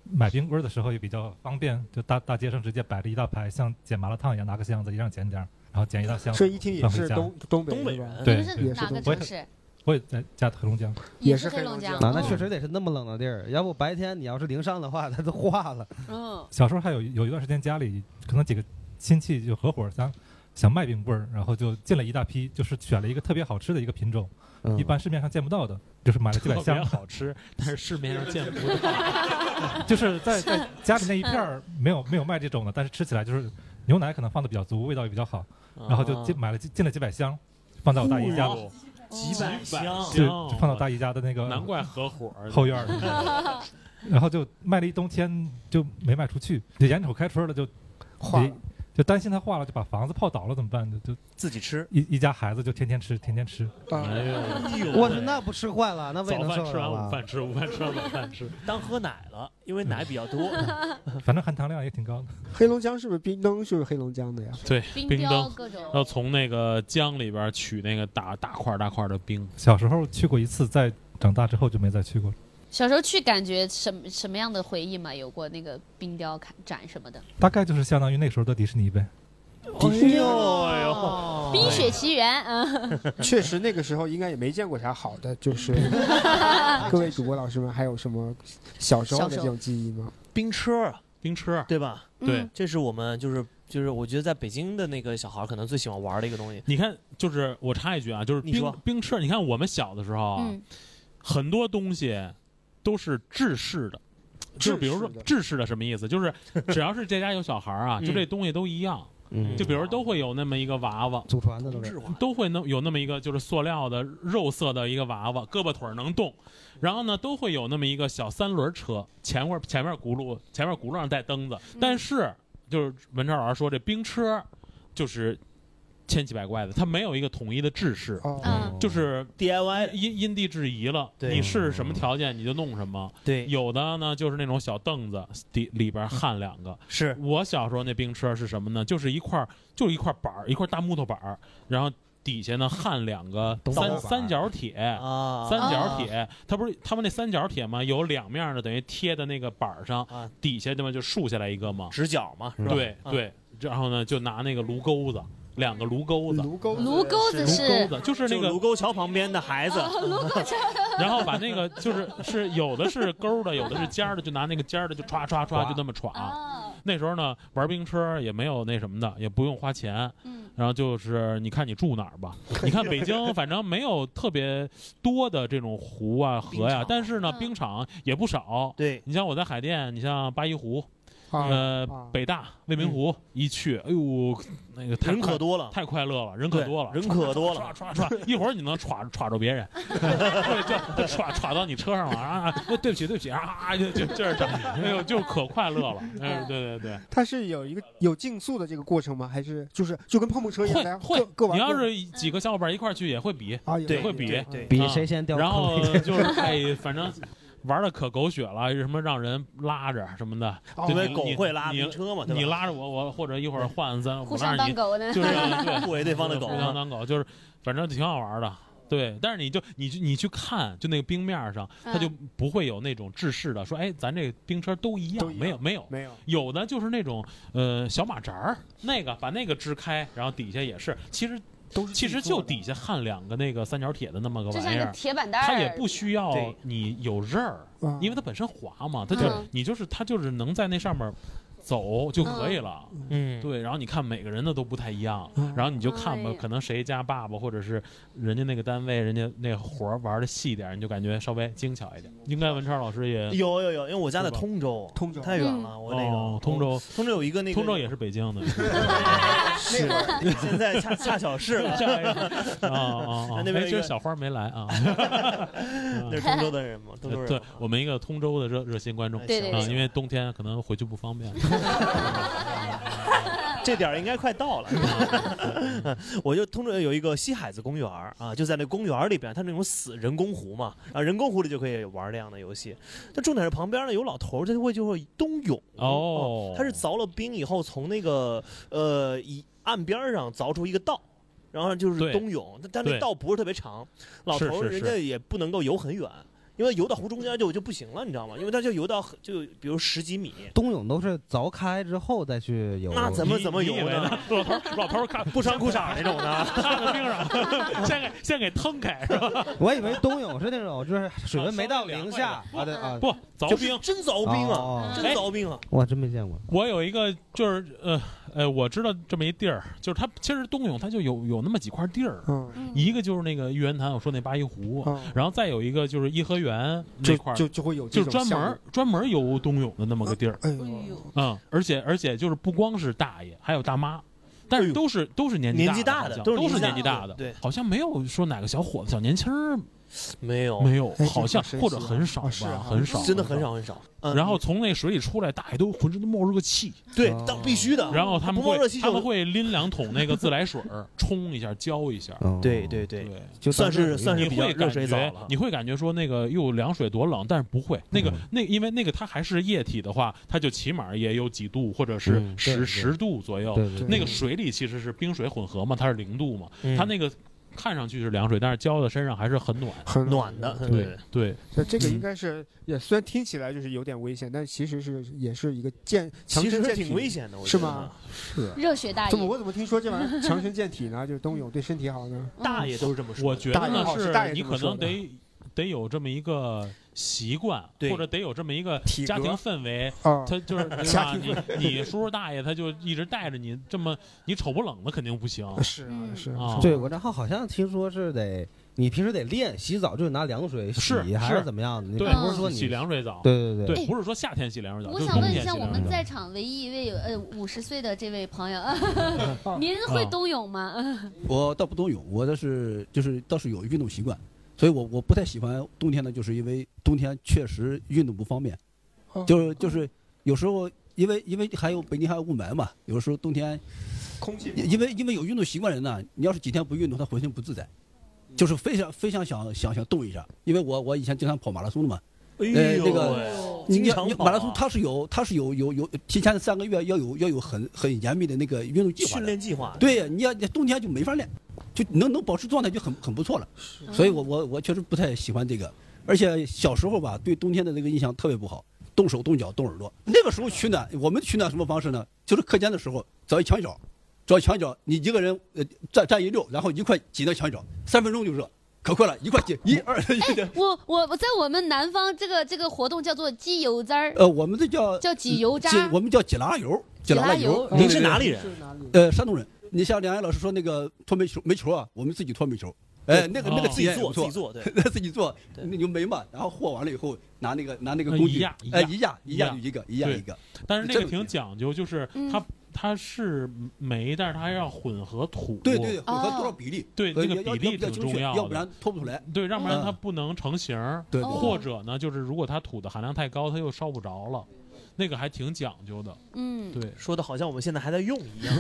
L: 买冰棍儿的时候也比较方便，就大大街上直接摆了一大排，像捡麻辣烫一样，拿个箱子一样捡点儿，然后捡一大箱子。
A: 所以一听也
L: 放回
A: 是
L: 家
A: 东东北
L: 东北
A: 是吧
L: 人
A: 你
L: 对，
A: 们是
L: 对
A: 哪个
L: 我也
B: 城市
L: 我也在家黑龙江，
B: 也是黑龙江
F: 啊，那
B: 哦
F: 确实得是那么冷的地儿，要不白天你要是零上的话，它都化了。
B: 嗯，
L: 小时候还有有一段时间，家里可能几个亲戚就合伙儿想想卖冰棍儿，然后就进了一大批，就是选了一个特别好吃的一个品种，一般市面上见不到的，就是买了几百
E: 特别
L: 箱，
E: 好吃，但是市面上见不到。
L: 就是在在家里那一片 儿没有没有卖这种的，但是吃起来就是牛奶可能放的比较足，味道也比较好，然后就进买了进了几百箱，放到我大姨家，
E: 哦几百箱，
L: 就就放到大姨家的那个
E: 难怪合伙儿
L: 后院儿里然后就卖了一冬天就没卖出去，就眼瞅开春了就得就担心它化了，就把房子泡倒了怎么办？就就
C: 自己吃，
L: 一一家孩子就天天吃，天天吃。
A: 啊
E: 哎呦
F: 我去，那不吃坏了，那胃
E: 早
F: 能
E: 饭
F: 受
E: 吃
F: 得了啊
E: 完，
F: 吗
E: 午饭吃，午饭吃完，晚饭吃。
C: 当喝奶了，因为奶比较多。
L: 反正含糖量也挺高的。
A: 黑龙江是不是冰灯就是黑龙江的呀？
E: 对，
A: 冰
E: 冰
A: 雕
E: 灯
A: 各种
E: 要从那个江里边取那个大大块大块的冰。
L: 小时候去过一次，再长大之后就没再去过了。
B: 小时候去感觉什么什么样的回忆嘛？有过那个冰雕看展什么的，
L: 大概就是相当于那时候的迪士尼呗。
B: 哎呦哎 《冰雪奇 缘》嗯，
A: 确实那个时候应该也没见过啥好的，就是 各位主播老师们还有什么小时候的这种记忆吗？
C: 冰车，
E: 冰车，
C: 对吧？
E: 对嗯
C: 这是我们就是就是我觉得在北京的那个小孩儿可能最喜欢玩的一个东西。
E: 你看，就是我插一句啊，就是冰
C: 说
E: 冰车，你看我们小的时候啊，
C: 嗯
E: 很多东西都是制式的，就是比如说制式的什么意思？就是只要是这家有小孩儿啊，
L: 嗯
E: 就这东西都一样。
L: 嗯
E: 就比如都会有那么一个娃娃，
F: 祖传的都
E: 是，都会那有那么一个就是塑料的肉色的一个娃娃，胳膊腿儿能动，然后呢都会有那么一个小三轮车，前面前面轱辘前面轱辘上带蹬子，但是就是文超老师说这冰车就是千奇百怪的，它没有一个统一的制式，就是
C: DIY
E: 因因地制宜了，
C: 哦嗯对
E: 你是什么条件你就弄什么。
C: 对，
E: 有的呢就是那种小凳子底里边焊两个。
C: 是
E: 我小时候那冰车是什么呢？就是一块就是一块板儿，一块大木头板儿，然后。底下呢焊两个
C: 东
E: 三
C: 北
E: 三角铁
C: 啊
E: 三角铁，它不是他们那三角铁嘛，有两面儿的，等于贴在那个板儿上，底下他妈就竖下来一个嘛，
C: 啊直角嘛是吧
E: 对
C: 嗯
E: 对，然后呢就拿那个炉钩子，两个炉钩子，炉
A: 钩
B: 子炉钩
C: 嗯
B: 子是
E: 炉钩子，就是那个
C: 卢沟桥旁边的孩子，
E: 然后把那个就是是有的是钩的，有的是尖儿的，就拿那个尖儿的就歘歘歘就那么歘。那时候呢，玩冰车也没有那什么的，也不用花钱。然后就是你看你住哪 儿吧，你看北京反正没有特别多的这种湖啊河呀、但是呢冰场也不少。
C: 对，
E: 你像我在海淀，你像八一湖。
A: 啊
E: 呃，北大未名湖一去，哎呦，那个太
C: 嗯人可
E: 快
C: 多了
E: 太快乐了，人可
C: 对
E: 多了，
C: 人可多了
E: 歘歘歘，一会儿你能歘歘着别人， 就歘歘到你车上了啊！啊对不起，对不起啊啊！就就就是这，哎呦，就可快乐了，哎，对对对。
A: 它是有一个有竞速的这个过程吗？还是就是就跟碰碰车一样，大家
E: 会
A: 各哎各玩
E: 你要
A: 各的
E: 是几个小伙伴一块儿去也会比
A: 啊也
E: 也
A: 会
E: 会比
A: 比，
E: 对
F: 比
E: 啊
F: 谁先掉
E: 然
F: 坑
E: 后
F: 里
E: 就是哎，反正玩的可狗血了，什么让人拉着什么的，
C: 哦
E: 对
C: 因为
E: 你
C: 狗
E: 你
C: 会拉
E: 你
C: 冰车嘛对吧
E: 你拉着我，我或者一会儿换咱
B: 互
E: 我拉
B: 相
E: 着你
B: 当狗呢
E: 就是
C: 互为对方的狗
E: 互相当狗，就是反正挺好玩的。对，但是你就你去你去看，就那个冰面上，
B: 嗯
E: 它就不会有那种制式的，说哎，咱这冰车都一样，没有没有
A: 没有，
E: 有的就是那种呃小马扎儿，那个把那个支开，然后底下也是，其实都是其实就底下焊两个那个三角铁的那么个
B: 就像
E: 玩
B: 一
E: 意
B: 个
E: 儿，
B: 铁板凳儿
E: 它也不需要
C: 对
E: 你有刃儿，因为它本身滑嘛，它就
B: 嗯
E: 你就是它就是能在那上面。走就可以了，
C: 嗯，
E: 对，然后你看每个人的都不太一样，然后你就看吧，可能谁家爸爸或者是人家那个单位，人家那活儿玩的细一点，你就感觉稍微精巧一点。应该文超老师也
C: 有有有，因为我家在
E: 是吧
C: 通州，通州太远了，我那
E: 哦
C: 个
E: 通州，
C: 通州有一个那个
E: 通州也是 北京的，
C: 那会儿现在恰恰巧是了
E: 啊啊啊！
C: 那边
E: 哎
C: 有一
E: 今
C: 个
E: 儿小花没来 啊，
C: 那是通州的 人嘛，通州人
E: 对
C: 嘛，
E: 我们一个通州的热热心观众，
C: 对对
E: 啊，
C: 对
E: 因为冬天可能回去不方便。
C: 这点儿应该快到了。 我就通州有一个西海子公园儿啊，就在那公园儿里边，它那种死人工湖嘛，啊，人工湖里就可以玩这样的游戏。但重点是旁边呢有老头儿，他就会就会冬泳
E: 哦
C: 啊他是凿了冰以后，从那个呃一岸边儿上凿出一个道。然后就是
E: 对
C: 冬泳，但但那
E: 对
C: 道不是特别长，老
E: 是
C: 头儿
E: 是
C: 人
E: 是
C: 家也不能够游很远，因为游到湖中间就就不行了，你知道吗？因为他就游到很就比如十几米，
F: 冬泳都是凿开之后再去游，
C: 那怎么怎么游 呢？？
E: 老头老头看
C: 不穿裤衩那种 的，
E: 踏在冰 上，先给先给腾开是吧？
F: 我以为冬泳是那种就是水温没到零下啊，对
B: 嗯
F: 啊，
E: 不凿
F: 就是
E: 冰，
C: 真凿
F: 冰啊哦真
C: 凿冰啊！
F: 我还真没见过。
E: 我有一个就是呃呃，我知道这么一地儿，就是它其实冬泳它就有有那么几块地儿，
C: 嗯
E: 一个就是那个玉渊潭，我说那八一湖，然后再有一个就是颐和园那块儿，
A: 就就会有
E: 就
A: 这
E: 是
A: 种
E: 专门
A: 项
E: 儿专门儿游冬泳的那么个地儿，
B: 哎
C: 哎
E: 嗯，而且而且就是不光是大爷，还有大妈。但是都是都是年纪
C: 哎年纪大
E: 的，
C: 的
E: 好像
C: 都是
E: 都
C: 年纪
E: 年纪
C: 大
E: 大
C: 的对
E: 好像没有说哪个小伙子、小年轻儿
C: 没有
E: 没有
C: 哎，
E: 好像
C: 这好神奇啊
E: 或者很少
C: 啊是啊
E: 吧，很少，
C: 真的很少很少嗯
E: 然后从那水里出来，大爷都浑身都冒出个气，
C: 对哦当必须的
E: 然后他们
C: 不冒
E: 会
C: 热气就
E: 他们会拎两桶那个自来水儿冲一下，浇一下。
C: 对对对，
E: 就
C: 算是算是
E: 你
C: 比较
E: 会
C: 热
E: 感
C: 水澡
E: 觉
C: 了。
E: 你会感觉说那个又凉水多冷，但是不会
C: 嗯
E: 那个那因为那个它还是液体的话，它就起码也有几度或者是
C: 嗯对
E: 十
C: 对
E: 十度左右
C: 对对对。
E: 那个水里其实是冰水混合嘛，它是零度嘛
C: 嗯，
E: 它那个看上去是凉水，但是浇到身上还是很暖
A: 很
C: 暖的对
E: 对对，
A: 这这个应该是也虽然听起来就是有点危险，但其实是也是一个健强
C: 其
A: 身
C: 实
A: 健体，
C: 挺危险的我
A: 是
C: 觉得
A: 吗？是
B: 热血大爷
A: 怎么我怎么听说这玩意 儿强身健体呢？就是冬泳对身体好呢？
C: 嗯大爷都是这么
E: 嗯我觉得
A: 大爷
E: 呢
A: 好大爷
E: 你
A: 这么
E: 可
A: 说
E: 能
A: 的
E: 得得有这么一个习惯，
C: 对
E: 或者得有这么一个
C: 体格
E: 家庭氛围。
C: 啊
E: 他就是对
C: 家
E: 吧？
C: 庭
E: 你
C: 氛围
E: 你叔叔大爷他就一直带着你，这么你瞅不冷的肯定不行。
A: 是啊
B: 嗯
A: 是
E: 啊，
F: 对我然后好像听说是得你平时得练洗澡，就是拿凉水洗
E: 是
F: 还是
E: 是
F: 怎么样的？你
E: 对，
F: 不是说你
E: 洗凉水澡，
F: 对对
E: 对，
F: 对
E: 不是说夏天洗凉水澡，
B: 哎我
E: 就是
B: 想
E: 冬
B: 问一
E: 天
B: 下
E: 洗
B: 我
E: 凉
B: 们
E: 水
B: 在
E: 澡
B: 场唯一一位呃五十岁的这位 朋友，您会
E: 啊
B: 冬泳吗？
M: 我倒不冬泳，我倒是就是倒是有运动习惯，所以我我不太喜欢冬天呢，就是因为冬天确实运动不方便，
C: 哦
B: 嗯
M: 就是就是有时候因为因为还有北京还有雾霾嘛，有的时候冬天
A: 空气
M: 因为因为有运动习惯的人呢，你要是几天不运动，他浑身不自在，
C: 嗯
M: 就是非常非常想想想动一下，因为我我以前经常跑马拉松的嘛。
C: 哎呦
M: 呃，那个
C: 哎呦
M: 你
C: 经常
M: 你
C: 跑
M: 啊马拉松它是有它是有有有提前三个月要有要有很很严密的那个运动计划的
C: 训练计划
M: 对呀，你要你冬天就没法练，就能能保持状态就很很不错了。所以我我我确实不太喜欢这个，而且小时候吧，对冬天的这个印象特别不好，动手动脚动耳朵。那个时候取暖，我们取暖什么方式呢？就是课间的时候找一墙角，找一墙角，你一个人呃站站一溜，然后一块挤到墙角，三分钟就热，可快了，一块挤一二一点。
B: 我我我在我们南方这个这个活动叫做挤油渣儿，
M: 呃，我们这叫
B: 叫挤油渣
M: 挤我们叫挤拉油，
B: 挤
M: 拉
B: 拉
M: 油
B: 油。
M: 对
C: 您是哪里人是？
M: 呃，山东人。你像梁岩老师说那个搓煤球，煤球啊，我们自己搓煤球。哎，那个那个
C: 哦自己
M: 体验也
C: 做自
M: 不错
C: 己 做对
M: 那自己做，那就煤嘛，然后和完了以后，拿那个拿那个工
E: 呃一
M: 具
E: 压，，
M: 哎，
E: 一
M: 一压一压就一个，一压
E: 对
M: 一个。
E: 但是那
M: 这
E: 个挺讲究，就是
B: 嗯
E: 它它是煤，但是它要混合土，
M: 对对，混
B: 哦
M: 合多少比例？
E: 对，
M: 呃
E: 那个
M: 要
E: 比例
M: 要
E: 挺
M: 要精
E: 重
M: 确，
E: 要的，
M: 要不然搓不出来。
E: 对，要不然它
M: 嗯
E: 不能成型儿
M: 对对对
E: 或者呢，就是如果它土的含量太高，它又烧不着了，那个还挺讲究的。
B: 嗯，
E: 对，
C: 说的好像我们现在还在用一样。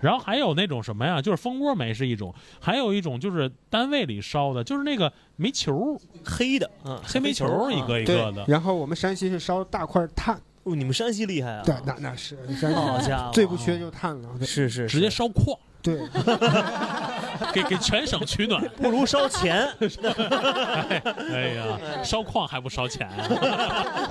E: 然后还有那种什么呀，就是蜂窝煤是一种，还有一种就是单位里烧的，就是那个煤球，
C: 黑的，嗯，
E: 黑煤球
M: 啊
E: 啊
C: 黑煤球
E: 一个一
A: 对
E: 个的。
A: 然后我们山西是烧大块炭，
C: 哦，你们山西厉害啊！
A: 对，那那是山
C: 好
A: 西
C: 家伙
A: 最不缺就是炭了，
C: 是是，
E: 直接烧矿，
A: 对，
E: 给给全省取暖，
C: 不如烧钱。
E: 哎呀，烧矿还不烧钱，啊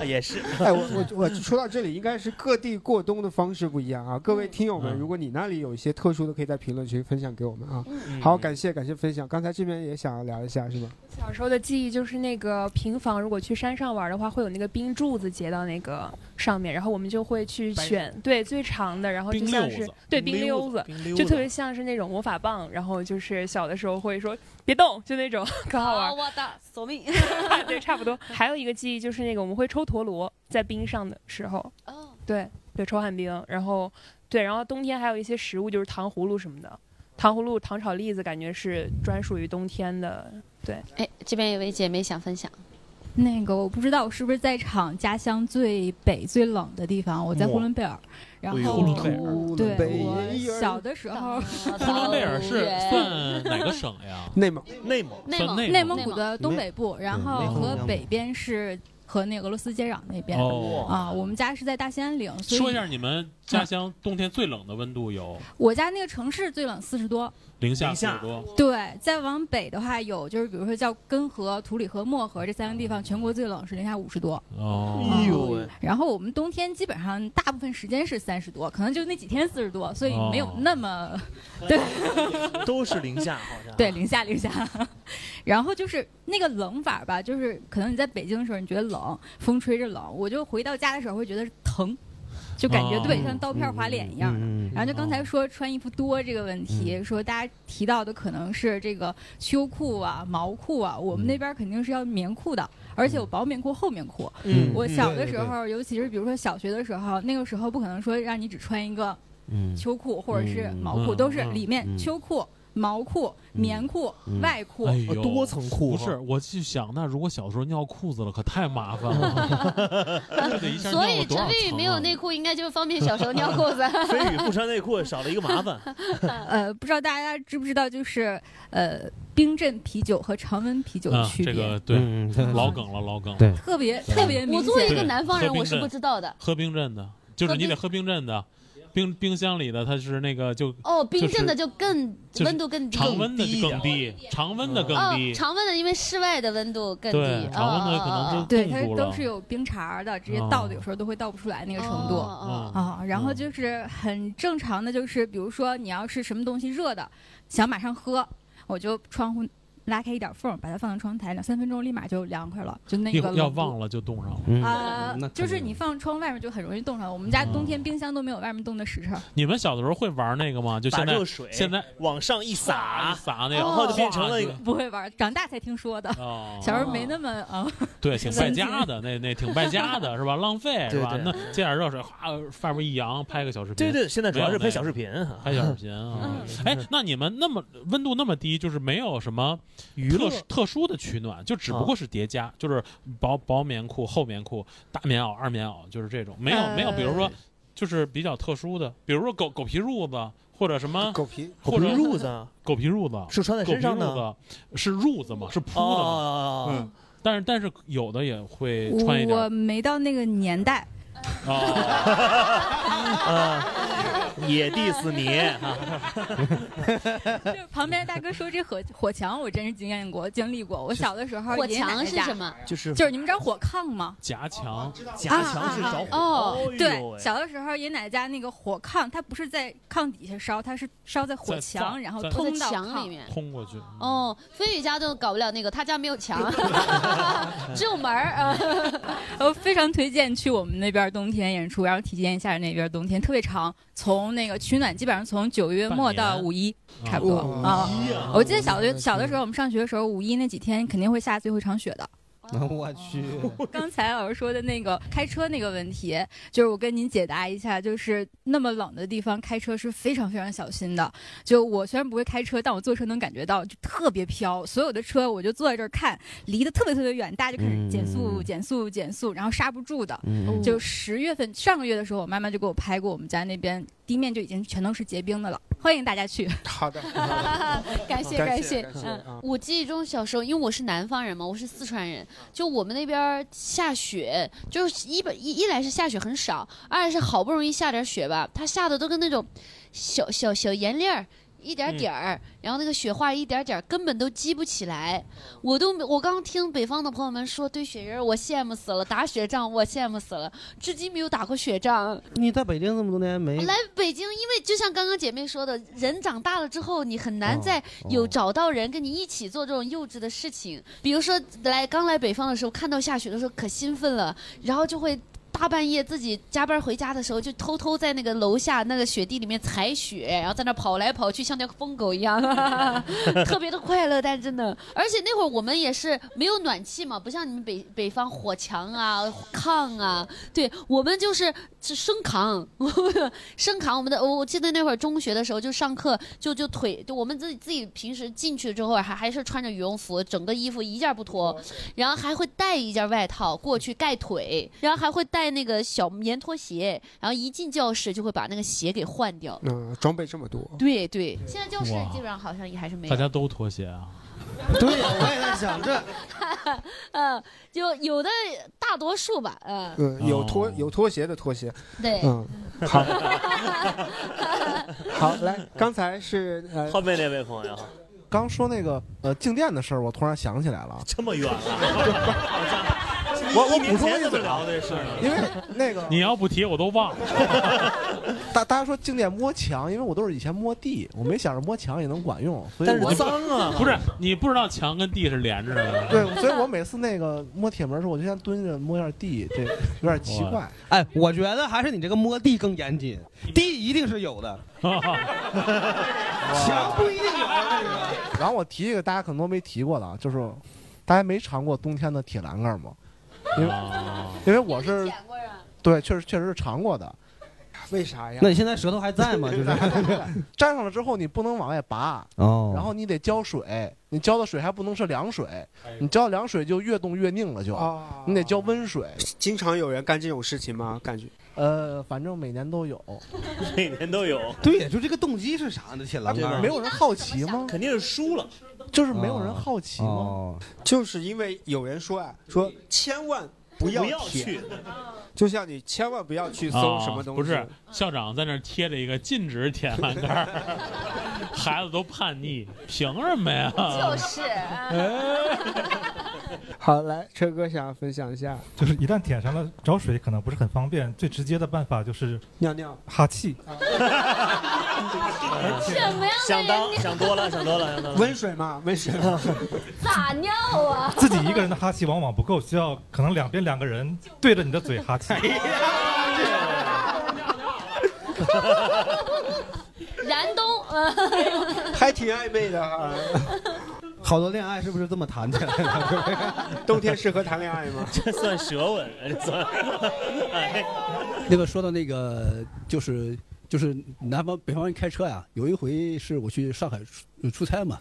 C: 也是。
A: 哎，我我我说到这里，应该是各地过冬的方式不一样啊。各位
C: 嗯
A: 听友们，如果你那里有一些特殊的，可以在评论区分享给我们啊。
C: 嗯
A: 好，感谢感谢分享。刚才这边也想要聊一下，是吧？
G: 小时候的记忆就是那个平房，如果去山上玩的话，会有那个冰柱子结到那个上面，然后我们就会去选对最长的，然后就
C: 冰
G: 像
C: 溜
G: 是
C: 子
G: 对
C: 冰
G: 冰
C: 溜
G: 溜
C: 子冰溜
G: 就
C: 子
G: 特别像是那种魔法棒，然后就是小的时候会说别动，就那种 可好玩。
B: 哦我的索命，
G: 对，差不多。还有一个记忆就是那个我们会抽陀螺，在冰上的时候，
B: 哦，
G: 对对，抽旱冰，然后对，然后冬天还有一些食物就是糖葫芦什么的，糖葫芦、糖炒栗子，感觉是专属于冬天的，对。
B: 哎，这边有位姐妹想分享，
N: 那个我不知道我是不是在场家乡最北最冷的地方，我在呼伦贝尔，然
E: 哎呦
N: 后
E: 呼伦贝尔
N: 对
E: 北
N: 我小的时候，
E: 呼伦贝尔是算哪个省呀？
A: 内蒙，
C: 内蒙
N: 内蒙
E: 内嗯
N: 内蒙古的东北部，然后
E: 内蒙
N: 和北边是和那俄罗斯接壤那边
E: 哦
N: 啊，我们家是在大兴安岭，所以
E: 说一下你们家乡冬天最冷的温度有
N: 我家那个城市最冷四十多，
E: 零下四十多，
N: 对，再往北的话有就是比如说叫根河、土里河、漠河这三个地方，全国最冷是零下五十多。
E: 哦
N: 哎呦喂！然后我们冬天基本上大部分时间是三十多，可能就那几天四十多，所以没有那么、 对
C: 都是零下，好像
N: 对零下零下。 然后就是那个冷法吧，就是可能你在北京的时候你觉得冷，风吹着冷，我就回到家的时候会觉得疼。就感觉
O: 哦
N: 对，像刀片划脸一样的。
O: 嗯嗯嗯嗯
N: 然后就刚才说穿衣服多这个问题，说大家提到的可能是这个秋裤啊、毛裤啊，我们那边肯定是要棉裤的，而且有薄棉裤、厚棉裤。
O: 嗯
N: 我
O: 嗯
N: 小
O: 对
N: 的
O: 对
N: 时
O: 对
N: 候，尤其是比如说小学的时候，那个时候不可能说让你只穿一个
O: 嗯
N: 秋裤或者是
O: 嗯
N: 毛裤，
O: 嗯
N: 都是
O: 嗯
N: 里面
O: 嗯
N: 秋裤、毛裤、棉裤、
E: 嗯
N: 外裤，
E: 哎呦
N: 裤
E: 不是，我去想，那如果小时候尿裤子了，可太麻烦了，这得一下
B: 所
E: 尿
B: 以
E: 了多
B: 陈
E: 少
B: 飞宇
E: 层
B: 没
E: 啊
B: 有内裤，应该就是方便小时候尿裤子。
C: 飞 宇不穿内裤少了一个麻烦，
N: 呃，不知道大家知不知道，就是呃，冰镇啤酒和常温啤酒的
E: 啊，
N: 区
E: 这
N: 别。
E: 个对
F: 嗯对，
E: 老梗了，老梗了。
F: 对
N: 特别特别明显
B: 我作为一
E: 对
B: 个南方人，
E: 喝冰
B: 我是
E: 镇
B: 不知道的。
E: 喝冰镇的，就是你得喝冰镇的，冰冰箱里的它是那个就
B: 哦，冰镇的
E: 就
B: 就更
E: 是
B: 温度更低，
E: 常温的就更低，常温的更
B: 哦
E: 低，，
B: 常温的因为室外的温度更低，
E: 对
B: 哦
E: 常温的可能
B: 哦哦
E: 就
B: 哦
N: 对，
E: 冻
N: 它
E: 住
N: 都
E: 了
N: 是有冰碴儿的，直接倒的，有时候都会倒不出来那个程度
E: 哦
N: 啊。然后就是很正常的，就是比如说你要是什么东西热的，想马上喝，我就窗户拉开一点缝，把它放到窗台，两三分钟立马就凉快了，就那
E: 一
N: 个
E: 会要
N: 冷度
E: 忘了就冻上了。
N: 啊、
E: 嗯
C: 嗯
E: 那肯
N: 就是
E: 定
N: 你放窗外面就很容易冻上。我们家
E: 嗯
N: 冬天冰箱都没有外面冻的实诚。
E: 你们小的时候会玩那个吗？就
C: 把
E: 现在
C: 热水
E: 现在
C: 往上一撒，
E: 撒那个，
C: 然哦后就变成了一个
N: 哦不会玩，长大才听说的。
E: 哦
N: 小时候没那么啊。
E: 对，挺败家的，那那挺败 家的是吧？浪费是
C: 对
E: 吧？
C: 对
E: 那接点热水，哗，外面一扬，拍个小视频。
C: 对对现在主要是拍小视频嗯
E: 没有那个拍小视频
N: 嗯
E: 啊。哎，那你们那么温度那么低，就是没有什么娱
C: 乐
E: 特殊的取暖，就只不过是叠
N: 嗯
E: 加，就是薄薄棉裤、厚棉裤、大棉袄、二棉袄，就是这种，没
N: 哎
E: 有没有，比如说就是比较特殊的，比如说狗狗皮褥子。或者什么
M: 狗皮
E: 或者
C: 狗皮褥子，
E: 狗皮褥子
C: 是穿在身上的
E: 狗皮褥子是褥子嘛，是铺的嘛
C: 哦，
E: 嗯，但是但是有的也会穿一点
N: 我没到那个年代，
C: 啊，也 diss 你啊，
N: 就是旁边大哥说这火火墙，我真是经验过、经历过。我小的时候，
B: 火
N: 爷爷奶奶
B: 墙是
N: 家
B: 什么
C: 就是
N: 就是你们知道火炕吗？
E: 夹墙，
N: 啊啊啊哦，
E: 哎呦
N: 对，
E: 喂
N: 小的时候爷爷奶奶家那个火炕，它不是在炕底下烧，它是烧在火
E: 在
N: 墙，
E: 在
N: 然后
E: 在嗯哎
N: 通到
B: 墙里
N: 炕。
B: 面。
E: 通过去。
B: 哦，飞宇家都搞不了那个，他家没 有墙， 只有门儿。呃
N: 啊 我非常推荐去我们那边冬天演出，然后体验一下那边冬天特别长，从那个取暖基本上从九月末到五一差不多
F: 哦
N: 啊
F: 五一啊。
N: 我记得小的小的时候，我们上学的时候，五一那几天肯定会下最后一场雪的。
F: 我去，
B: 哦
N: 刚才老师说的那个开车那个问题，就是我跟您解答一下，就是那么冷的地方开车是非常非常小心的。就我虽然不会开车，但我坐车能感觉到，就特别飘。所有的车我就坐在这儿看，离得特别特别远，大家就开始减速、减速、减速，然后刹不住的。
O: 嗯
N: 就十月份上个月的时候，我妈妈就给我拍过我们家那边地面就已经全都是结冰的了，欢迎大家去。
M: 好的，
B: 感谢
N: 感
B: 谢
N: 谢，
M: 感谢
B: 嗯，我记忆中小时候，因为我是南方人嘛，我是四川人，就我们那边儿下雪，就是一本一一来是下雪很少，二是好不容易下点雪吧，它下的都跟那种小小小盐粒儿。一点点儿，然后那个雪化一点点儿，根本都积不起来。我都没我刚听北方的朋友们说堆雪人儿，我羡慕死了；打雪仗，我羡慕死了。至今没有打过雪仗。
F: 你在北京这么多年没
B: 来北京，因为就像刚刚姐妹说的，人长大了之后，你很难再有找到人跟你一起做这种幼稚的事情。比如说来刚来北方的时候，看到下雪的时候可兴奋了，然后就会。大半夜自己加班回家的时候，就偷偷在那个楼下那个雪地里面踩雪，然后在那跑来跑去，像条疯狗一样， 特别的快乐。但真的，而且那会儿我们也是没有暖气嘛，不像你们北北方火墙啊、炕啊，对我们就是是生扛， 生扛。我们的我我记得那会儿中学的时候就上课就就腿，就我们自己自己平时进去之后还还是穿着羽绒服，整个衣服一件不脱，然后还会带一件外套过去盖腿，然后还会带那个小棉拖鞋，然后一进教室就会把那个鞋给换掉。
A: 嗯，装备这么多，
B: 对对，现在教室
E: 哇
B: 基本上好像也还是没有
E: 大。家都脱鞋啊？
F: 对呀，我也在想这，
B: 嗯，就有的大多数吧，嗯，
A: 嗯，有
C: 哦
A: 拖有拖鞋的拖鞋，
B: 对
A: 嗯， 好，好，来，刚 才是呃，
C: 后面那位朋友
P: 刚说那个呃静电的事儿，我突然想起来了。
C: 这么 远啊了，
P: 我
C: 一
P: 我
C: 年
P: 补充
C: 前
P: 一
C: 怎么
P: 嘴
C: 聊
P: 啊，
C: 的这事儿呢？
P: 因为那个
E: 你要不提我都忘了。
P: 大大家说静电摸墙，因为我都是以前摸地，我没想着摸墙也能管用，所以我
E: 你不
P: 啊
C: 啊
E: 不 是你不知道墙跟地是连着的。
P: 对，所以我每次那个摸铁门的时候，我就先蹲着摸一下地，这有点奇怪。
F: 哎，我觉得还是你这个摸地更严谨，地一定是有的，墙不一定有啊。
P: 然后我提一个大家可能都没提过的，啊，就是大家没尝过冬天的铁
E: 啊
P: 啊栏杆吗？因为因为我是对，确实确实是尝过的。
A: 为啥呀？
F: 那你现在舌头还在 吗？就是
P: 粘上了之后，你不能往外拔，
F: 哦
P: 然后你得浇水，你浇的水还不能是凉水，
C: 哎
P: 你浇的凉水就越冻越拧了就，
F: 哦
P: 你得浇温水。
A: 经常有人干这种事情吗？感觉
P: 呃，反正每年都有，
C: 每年都有。
F: 对，就这个动机是啥呢？铁栏杆
P: 啊
A: 啊
P: 没有人好奇吗？
C: 肯定是输了，
P: 就是
F: 哦
P: 没有人
A: 啊
P: 好奇吗？
A: 就是因为有人说啊，说千万不要啊
E: 不要
A: 舔
E: 去，
A: 就像你千万不要去搜什么东西，
E: 啊不是，校长在那儿贴着一个禁止舔栏杆儿， 孩子都叛逆，凭什么呀？
N: 就是啊
A: 哎 好，来，车哥想分享一 下
L: 就是一旦舔上了，找水可能不是很方便，最直接的办法就是
A: 尿尿、啊
L: 哈气。
A: 哎
H: 什么样的
C: 想当想多了，想多了， 想多了。
A: 温水嘛，温水。
H: 咋尿 啊？
L: 自己一个人的哈气往往不够，需要可能两边两个人对着你的嘴 哈气。
B: 燃冬，
A: 还挺暧昧的啊。
F: 好多恋爱是不是这么谈起来 的？
A: 冬天适合谈恋爱吗？
C: 这算舌吻，啊 这算。哎
M: 那个说到那个就是就是南方北方人开车呀，有一回是我去上海出出差嘛，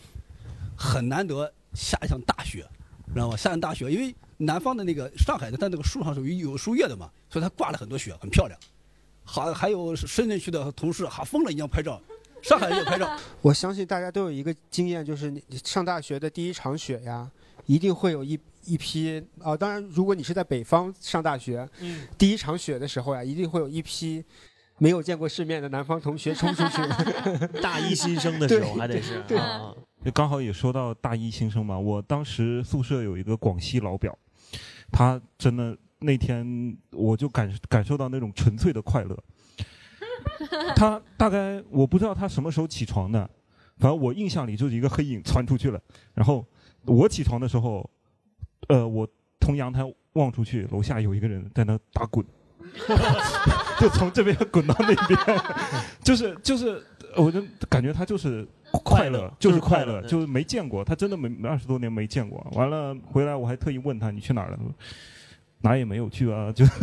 M: 很难得下一场大雪，知道吗？下一场大雪，因为南方的那个上海的，它那个树上是有有树叶的嘛，所以它挂了很多雪，很漂亮。还还有深圳区的同事哈疯了一样拍照，上海人也拍照，
A: 我相信大家都有一个经验，就是你你上大学的第一场雪呀，一定会有一一批啊、当然，如果你是在北方上大学，
C: 嗯
A: 第一场雪的时候呀，一定会有一批没有见过世面的南方同学冲出去。
C: 大一新生的
I: 时候还得
C: 是
A: 对。对
C: 啊
I: 就刚好也说到大一新生嘛，我当时宿舍有一个广西老表，他真的那天我就感感受到那种纯粹的快乐。他大概我不知道他什么时候起床的，反正我印象里就是一个黑影窜出去了。然后我起床的时候，呃，我从阳台望出去，楼下有一个人在那打滚， 就从这边滚到那边， 就是就是，我就感觉他就是快乐，就是快
C: 就是快
I: 乐，
C: 乐
I: 就是没见过，他真的没二十多年没见过。完了回来我还特意问他你去哪儿了，他说哪儿也没有去啊，就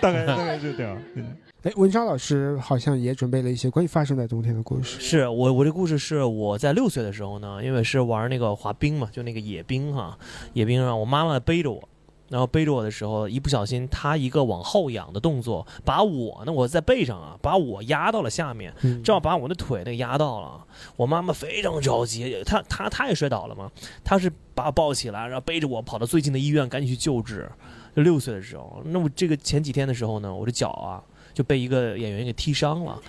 I: 大概大概就这样。对
A: 哎，文章老师好像也准备了一些关于发生在冬天的故事。
C: 是我我这故事是我在六岁的时候呢，因为是玩那个滑冰嘛，就那个野冰哈，野冰啊，我妈妈背着我。然后背着我的时候，一不小心，她一个往后仰的动作，把我呢，我在背上啊，把我压到了下面，正好把我的腿那个压到了。我妈妈非常着急，她她她也摔倒了嘛，她是把我抱起来，然后背着我跑到最近的医院，赶紧去救治。就六岁的时候，那我这个前几天的时候呢，我的脚啊就被一个演员给踢伤了。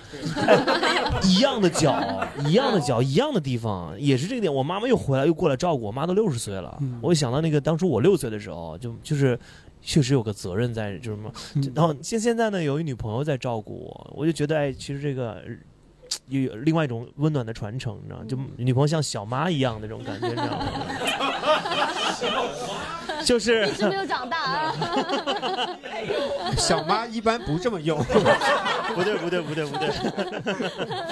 C: 一样的脚， 一样的脚，一样的地方，也是这个点。我妈妈又回来，又过来照顾我。妈都六十岁了，
A: 嗯
C: 我一想到那个当初我六岁的时候，就就是确实有个责任在，就是什么。
A: 嗯
C: 然后现现在呢，有一女朋友在照顾我，我就觉得哎，其实这个。呃有有另外一种温暖的传承，你
A: 嗯
C: 知道吗，就女朋友像小妈一样那种感觉，你知道吗？就是
N: 一直没有长大啊。
A: 小妈一般不这么用。
C: 不对，不对，不对，不对。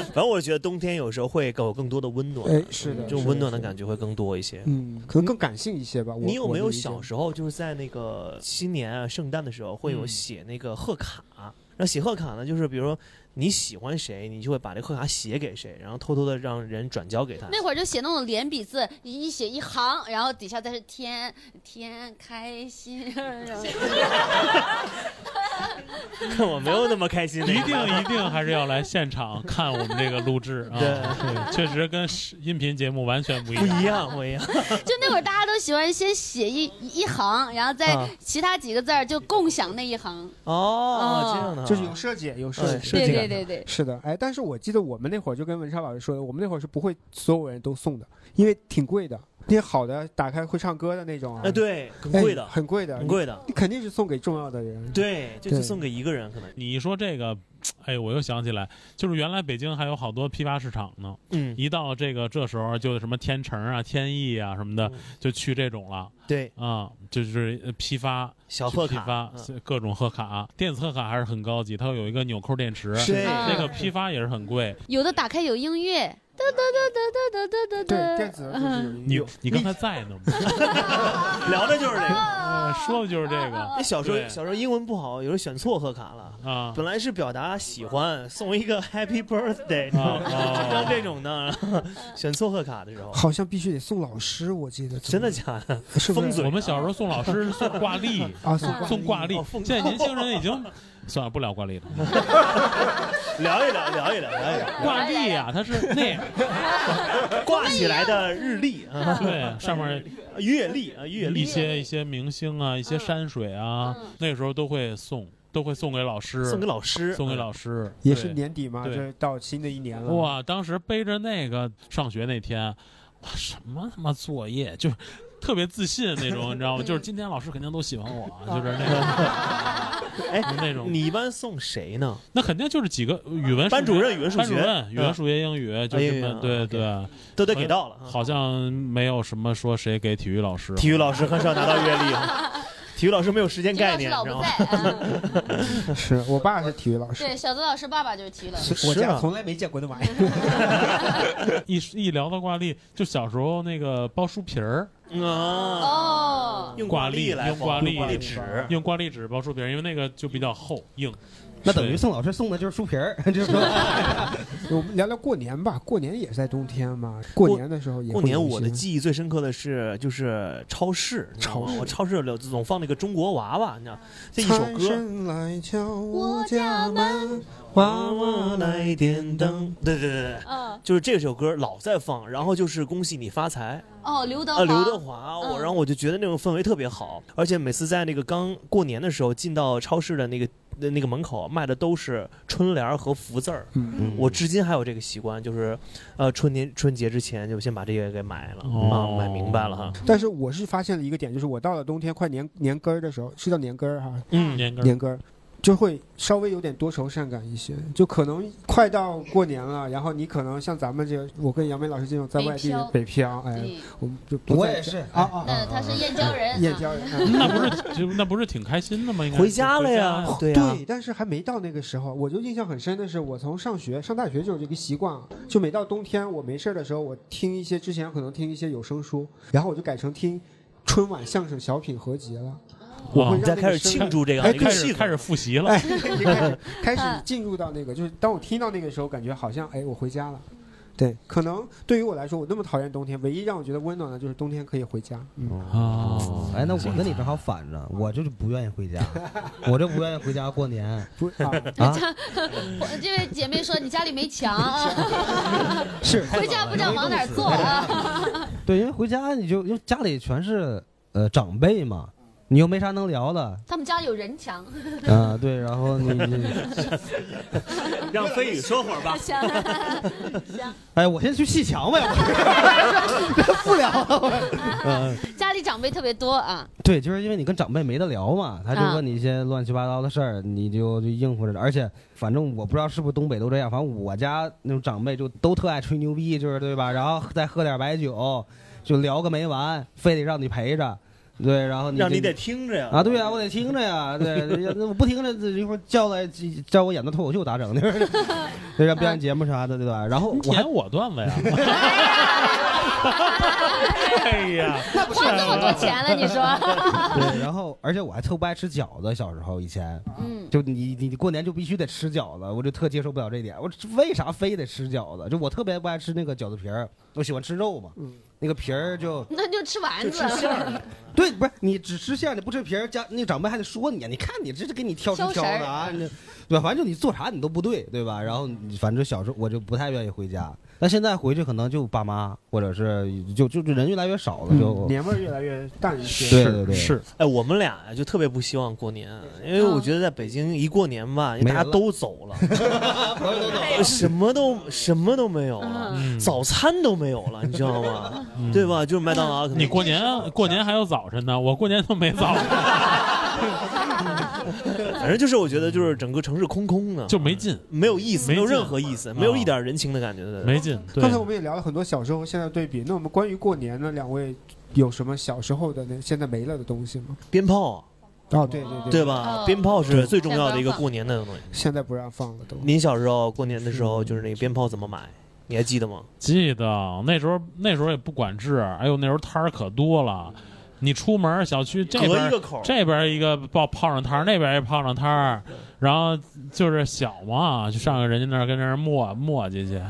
C: 反正我觉得冬天有时候会给我更多的温暖，
A: 哎是的
C: 嗯就是
A: 的
C: 温暖的感觉会更多一些。
A: 嗯，可能更感性一些吧。我
C: 你有没有小
A: 候？
C: 时候就是在那个新年啊、圣诞的时候会有
A: 嗯
C: 写那个贺卡？然后写贺卡呢，就是比如说你喜欢谁，你就会把这贺卡写给谁，然后偷偷的让人转交给他。
B: 那会儿就写那种连笔字，一写一行，然后底下再是天天开心。
C: 我没有那么开心那个，
E: 一定一定还是要来现场看我们这个录制啊！对，确实跟视音频节目完全不一样，
C: 不一样，不一样。
B: 就那会儿大家都喜欢先写一一行，然后再
E: 啊
B: 其他几个字儿就共享那一行。
C: 哦
B: 这样的啊
A: 就是有设计，有设
C: 嗯
B: 哎
A: 计，
B: 设计感对对对对
A: 是的，哎，但是我记得我们那会儿就跟文超老师说的，我们那会儿是不会所有人都送的，因为挺贵的，那些好的打开会唱歌的那种啊，
C: 哎对很贵的
A: 哎很贵的，
C: 很贵的
A: 你，你肯定是送给重要的人，
C: 对，就
A: 对
C: 就送给一个人可能。
E: 你一说这个，哎，我又想起来，就是原来北京还有好多批发市场呢。
C: 嗯，
E: 一到这个这时候，就什么天成啊、天意啊什么的，就去这种了。
C: 嗯对
E: 啊、就是呃批发
C: 小
E: 去
C: 贺
E: 批
C: 卡嗯
E: 发、各种贺卡，电子贺卡还是很高级，它有一个纽扣电池，
B: 对
E: 那个批发也是很贵。
B: 有的打开有音乐，哒哒哒哒哒哒哒哒哒。嗯
C: 嗯
E: 你你刚才在呢吗？
C: 聊的就是这个。
E: 说的就是这个。
C: 那小时候
E: 对
C: 小时候英文不好，有时候选错贺卡了
E: 啊。
C: 本来是表达喜欢，送一个 Happy Birthday，
E: 啊啊
C: 像这种的，选错贺卡的时候，
A: 好像必须得送老师，我记得
C: 真的假的？
A: 是不是
C: 风嘴
E: 我们小时候送老师是送挂历
A: 啊送挂历
E: 送挂历
A: 哦，
E: 现在年轻人已经算了不聊 挂历了。
C: 聊一聊，聊一聊，聊一聊。
E: 挂历呀，它是那
C: 挂起来的日历 啊，
E: 对， 上面
C: 月历啊，月历
E: 一些一些明星啊，一
C: 嗯
E: 些山水啊，那时候都会送，都会送给老师，
C: 送给老师嗯
E: 送给老师。
A: 也是
E: 对
A: 年底嘛，
E: 对
A: 这到新的一年了。
E: 哇，当时背着那个上学那天，哇，什么他妈作业，就是特别自信那种，你知 道吗？就是今天老师肯定都喜欢我，啊就是那
C: 啊
E: 种，
C: 哎，
E: 那种。
C: 你一般送谁呢？
E: 那肯定就是几个语文、
C: 班主任语文数
E: 班主
C: 学
E: 任语
C: 嗯
E: 文、数学、英语，就
C: 哎呀
E: 这
C: 呀
E: 么对对，呃
C: 都得给到了嗯
E: 好像没有什么说谁给体育老师，
C: 体育老师很少拿到阅 历啊，体育老师没有时间概念，你知道吗？
A: 是我爸是体育老师，
B: 对，小泽老师爸爸就是提了。
A: 我家哎从来没见过那玩意儿。
E: 一一聊到挂历，就小时候那个包书皮儿，
C: 哦，用
E: 挂
C: 历来
E: 用
C: 缝
E: 挂历
C: 挂历纸，
E: 用挂历纸包书皮儿，因为那个就比较厚硬。
F: 那等于送老师送的就是书皮儿，就是说
A: 我们聊聊过年吧，过年也是在冬天嘛，过年的时候也
C: 过
A: 会
C: 年
A: 有一
C: 我的
A: 些
C: 记忆最深刻的是就是超市，你知道吗
A: 超市
C: 我超市里总放那个中国娃娃，你知道这一首
A: 财
C: 歌。
A: 神来敲我家门，
C: 娃娃来点灯，对对对对，
B: 嗯
C: 就是这首歌老在放，然后就是恭喜你发财，
B: 哦，刘德
C: 啊，
B: 华，
C: 刘德华，
B: 嗯
C: 我 然后我就觉得那种氛围特别好，而且每次在那个刚过年的时候进到超市的那个那那个门口卖的都是春联儿和福字儿，
A: 嗯
C: 我至今还有这个习惯，就是呃春年春节之前就先把这个给买了、
E: 哦
C: 啊，买明白了哈。
A: 但是我是发现了一个点，就是我到了冬天快年年根儿的时候，是叫年根儿哈，
C: 嗯年根儿
A: 年根儿就会稍微有点多愁善感一些，就可能快到过年了，然后你可能像咱们这，我跟杨梅老师这种在外地人
B: 北
A: 北漂，哎
B: 嗯，
A: 我们就不在家啊啊，
B: 那他是燕郊人，
A: 燕郊人啊
E: 那不是就那不是挺开心的吗？应该
A: 回家哦
E: 了呀
A: 对
E: 对啊呀
A: 但是还没到那个时候，我就印象很深的是，我从上学上大学就有这个习惯，啊，就每到冬天我没事儿的时候，我听一些之前可能听一些有声书，然后我就改成听春晚相声小品合集了。我
E: 哦
A: 会让那个声哎，对
E: 开始开始复习了
A: 哎，开始开始进入到那个，就是当我听到那个时候，感觉好像哎，我回家了。对，可能对于我来说，我那么讨厌冬天，唯一让我觉得温暖的就是冬天可以回家。嗯，
F: 哦，哎，那我跟你正好反着，我就是不愿意回家，我就不愿意回家过年。
A: 不
F: 啊，
B: 我这位姐妹说你家里没 墙啊，
F: 是
B: 回家不知道往哪儿坐啊。
F: 对，因为回家你就因为家里全是呃长辈嘛，你又没啥能聊的，
B: 他们家有人墙。
F: 啊、对，然后你你，
C: 让飞宇说会儿吧。
B: 行行，
F: 哎，我先去砌墙吧，要不不聊了。我嗯，
B: 家里长辈特别多啊。
F: 对，就是因为你跟长辈没得聊嘛，他就
B: 啊
F: 问你一些乱七八糟的事儿，你就就应付着。而且，反正我不知道是不是东北都这样，反正我家那种长辈就都特爱吹牛逼，就是对吧？然后再喝点白酒，就聊个没完，非得让你陪着。对，然后你
C: 让
F: 就
C: 你得听着呀
F: 啊！对呀、我得听着呀。对，要那我不听着，这一会儿叫来叫我演的脱 口秀咋整？就是对，让表演节目啥的，对吧？然后我还
E: 填我段子呀。
C: 哎呀，
B: 花这么多钱了，你 说？
F: 对，然后而且我还特不爱吃饺子，小时候以前，
B: 嗯
F: 就你你你过年就必须得吃饺子，我就特接受不了这一点。我这为啥非得吃饺子？就我特别不爱吃那个饺子皮儿，我喜欢吃肉嘛，
A: 嗯
F: 那个皮儿就
B: 那就吃丸子
F: 就吃馅儿的。对，不是你只吃馅儿，你不吃皮儿，家那长辈还得说你，你看你这是给你挑出
B: 挑
F: 挑
B: 食儿
F: 的啊，你对吧？反正就你做啥你都不对，对吧？然后你反正小时候我就不太愿意回家，但现在回去可能就爸妈或者是就就就人越来越少了，就
A: 嗯年味儿越来越淡一些。
F: 对对对是，
C: 哎，我们俩呀就特别不希望过年，因为我觉得在北京一过年吧，大家都走了，什么都什么都没有了，早餐都没有了，你知道吗？对吧？就是麦当劳可能。
E: 你过年过年还有早晨呢，我过年都没早晨，
C: 反正就是我觉得就是整个城市空空的，
E: 就没劲，
C: 没有意思，没
E: 没劲啊
C: 有任何意思，没有一点人情的感觉，对
E: 没劲
A: 刚才我们也聊了很多小时候和现在对比，那我们关于过年呢，两位有什么小时候的那现在没了的东西吗？
C: 鞭炮。
A: 哦，对对对，
C: 对吧？鞭炮是最重要的一个过年的东西。
A: 现在不让放了都。
C: 您小时候过年的时候，就是那个鞭炮怎么买？你还记得吗？
E: 记得那时候那时候也不管制，哎呦那时候摊儿可多了，你出门小区这
C: 隔
E: 边
C: 一个口
E: 这边一个报泡上摊儿，那边一泡上摊儿，然后就是小嘛，就上人家那儿跟那儿磨磨叽去。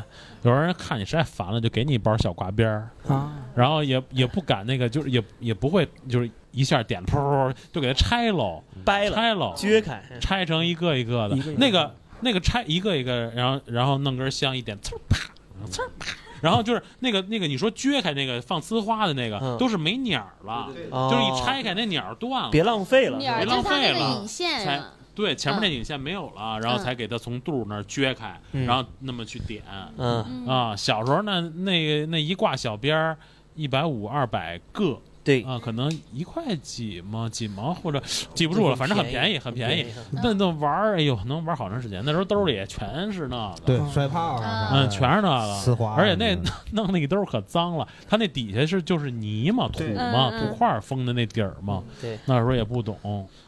E: 有人看你实在烦了，就给你一包小瓜边儿
A: 啊，
E: 然后也也不敢那个，就是也也不会就是一下点噗噗噗就给它拆喽，
C: 掰了
E: 拆喽，
C: 撅开，嗯
E: 拆成一个一个的，
C: 一个一个
E: 那个那个拆一个一个，然后然后弄根香一点，呲儿啪，呲儿啪。然后就是那个那个，你说撅开那个放呲花的那个，
C: 嗯
E: 都是没鸟儿了，
A: 哦
C: 对
E: 就是一拆开那鸟儿断了，
C: 别浪费了
E: 别
C: 鸟儿
E: 浪
C: 就它
E: 费
C: 那
E: 了，
C: 个引线
E: 才
C: 啊
E: 对前面
C: 嗯
E: 那引线没有了，然
C: 嗯
E: 后才给它从肚儿那儿撅开，
C: 嗯
E: 然后那么去点，
C: 嗯
E: 啊，小时候那那那一挂小边儿一百五二百个。
C: 对
E: 啊，可能一块几毛几毛或者记不住了，
C: 就很
E: 反正很
C: 便宜
E: 便宜，很便宜
C: 很便宜。嗯
E: 那那玩儿，哎呦，能玩好长时间。那时候兜里全是那个，
F: 对，摔炮啊啥的，
E: 嗯，全是那个
F: 丝滑，嗯
E: 而且那弄那一兜儿可脏了，它那底下是就是泥嘛、土
F: 对
E: 嘛、
F: 嗯嗯
E: 土块儿封的那底儿嘛。
C: 嗯对
E: 那时候也不懂。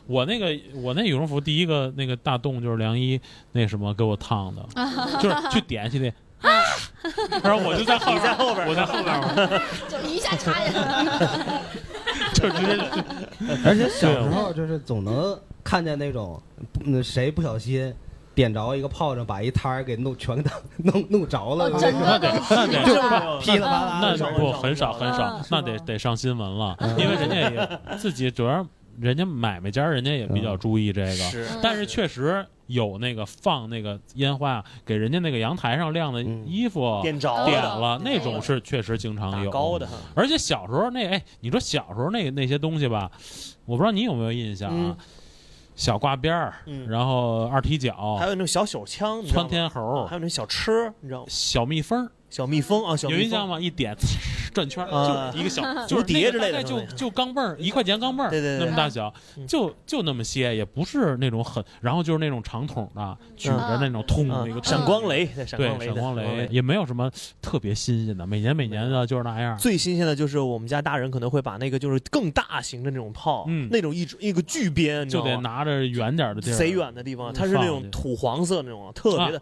E: 我那个我那羽绒服第一个那个大洞就是梁一那什么给我烫 的，就是去点去的，然后我就在后边，
C: 你在后边
E: 我在后边儿，
B: 就一下插人。
E: 就直接。 啊
F: 而且小时候就是总能看见那种，嗯谁不小心点着一个炮仗，把一摊儿给弄全当弄弄着
O: 哦
F: 了，
E: 那 得那得
F: 就噼里啪啦
E: 那
F: 的
E: 那不很少
C: 嗯
E: 很少，那得得上新闻了，因为人家也自己主要人家买卖家人家也比较注意这个，
C: 是嗯
E: 但是确实。有那个放那个烟花给人家那个阳台上晾的衣服
C: 点着了
E: 点了，那种是确实经常有
C: 打高的
E: 而且小时候那哎，你说小时候那那些东西吧，我不知道你有没有印象
C: 嗯？
E: 啊小挂边儿，
C: 嗯
E: 然后二踢脚，
C: 还有那种小手枪，你知道吗
E: 窜天猴，
C: 还有那小车，你知道吗？
E: 小蜜蜂，
C: 小蜜蜂啊，小
E: 有
C: 蜜
E: 印
C: 蜂
E: 象吗？一点呲转圈儿，
C: 啊
E: 就一个小，
C: 蝴
E: 就是那个
C: 蝶之类的
E: 大概
C: 是吧
E: 就就钢镚儿，一块钱钢镚儿，
C: 对对对嗯
E: 那么大小，就就那么些，也不是那种很，然后就是那种长筒的，举着那种筒
C: 嗯
E: 那个
C: 闪光雷对
E: 对，
C: 闪光雷
E: 闪
C: 对闪光
E: 光
C: 雷
E: 雷，也没有什么特别新鲜的，每年每年的就是那样。
C: 最新鲜的就是我们家大人可能会把那个就是更大型的那种炮，
E: 嗯
C: 那种一一个巨鞭，你知
E: 就
C: 道
E: 得
C: 吗？
E: 拿着远点儿的地儿，
C: 贼远的地方，
E: 嗯
C: 它是那种
E: 放啊
C: 土黄色那种，哦特别的，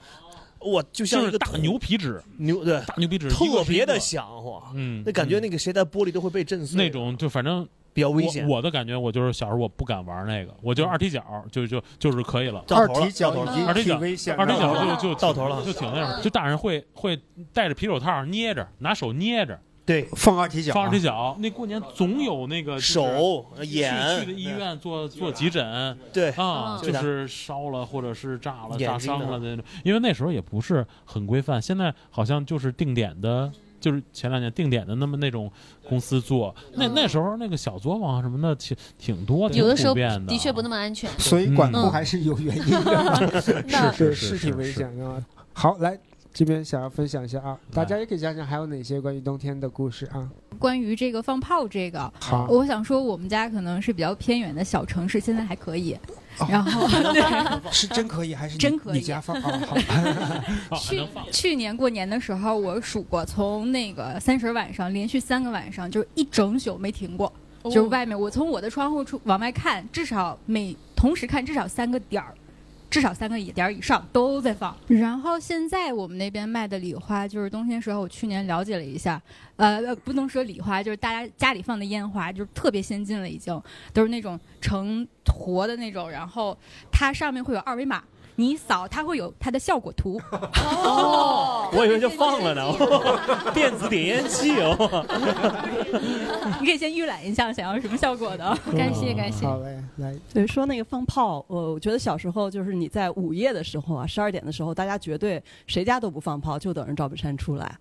C: 哇，就像一
E: 就是
C: 个
E: 大
C: 土
E: 牛皮纸，
C: 牛对
E: 大牛皮纸，一
C: 特
E: 个是一
C: 别的
E: 个
C: 响晃，
E: 嗯
C: 那感觉那个谁的玻璃都会被震碎。
E: 那种就反正
C: 比较危险
E: 我。我的感觉，我就是小时候我不敢玩那个，我就是二踢脚，就就就是可以了。
C: 到头了二踢脚
E: 到头了
C: 已经
E: 二踢脚
C: 挺危险了
E: 二踢脚就就
C: 到头了
E: 就挺那样。就大人会会戴着皮手套捏着，拿手捏着。
C: 对，
A: 放二踢
E: 放二踢脚，啊那过年总有呃那个
C: 啊手
E: 就是
C: 眼
E: 去去的医院做做急诊，
C: 对嗯
E: 啊，
C: 对
E: 就
C: 的
E: 是烧了或者是炸了、
C: 眼
E: 炸
C: 睛
E: 伤
C: 的
E: 了的那种。因为那时候也不是很规范，现在好像就是定点的，就是前两年定点的那么那种公司做。
C: 嗯
E: 那那时候那个小作坊什么的挺挺多，哦挺
B: 有的时候
E: 普遍的啊
B: 的确不那么安全，
A: 所以管控
B: 嗯
A: 还是有原因 的，
B: 那
A: 对
B: 是
A: 是挺危险的。啊好，来这边想要分享一下啊，大家也可以想想还有哪些关于冬天的故事啊。
N: 关于这个放炮这个
A: 好，
N: 我想说我们家可能是比较偏远的小城市，现在还可以。然后对
A: 是真可以还是你
N: 真可以
A: 你家放啊？好，
N: 去去年过年的时候，我数过，从那个三十晚上连续三个晚上，就是一整宿没停过，
B: 哦
N: 就是外面我从我的窗户出往外看，至少每同时看至少三个点儿。至少三个点儿以上都在放。然后现在我们那边卖的礼花，就是冬天时候，我去年了解了一下，呃，呃不能说礼花，就是大家家里放的烟花，就是特别先进了，已经都是那种成坨的那种，然后它上面会有二维码。你一扫，它会有它的效果图。 哦
C: 我以为就放了呢，电子点烟器哦。
N: 你可以先预览一下，想要什么效果的。
O: 感谢感谢
A: 好嘞，来，
O: 对，说那个放炮，呃，我觉得小时候就是你在午夜的时候啊，十二点的时候，大家绝对谁家都不放炮，就等着赵本山出来，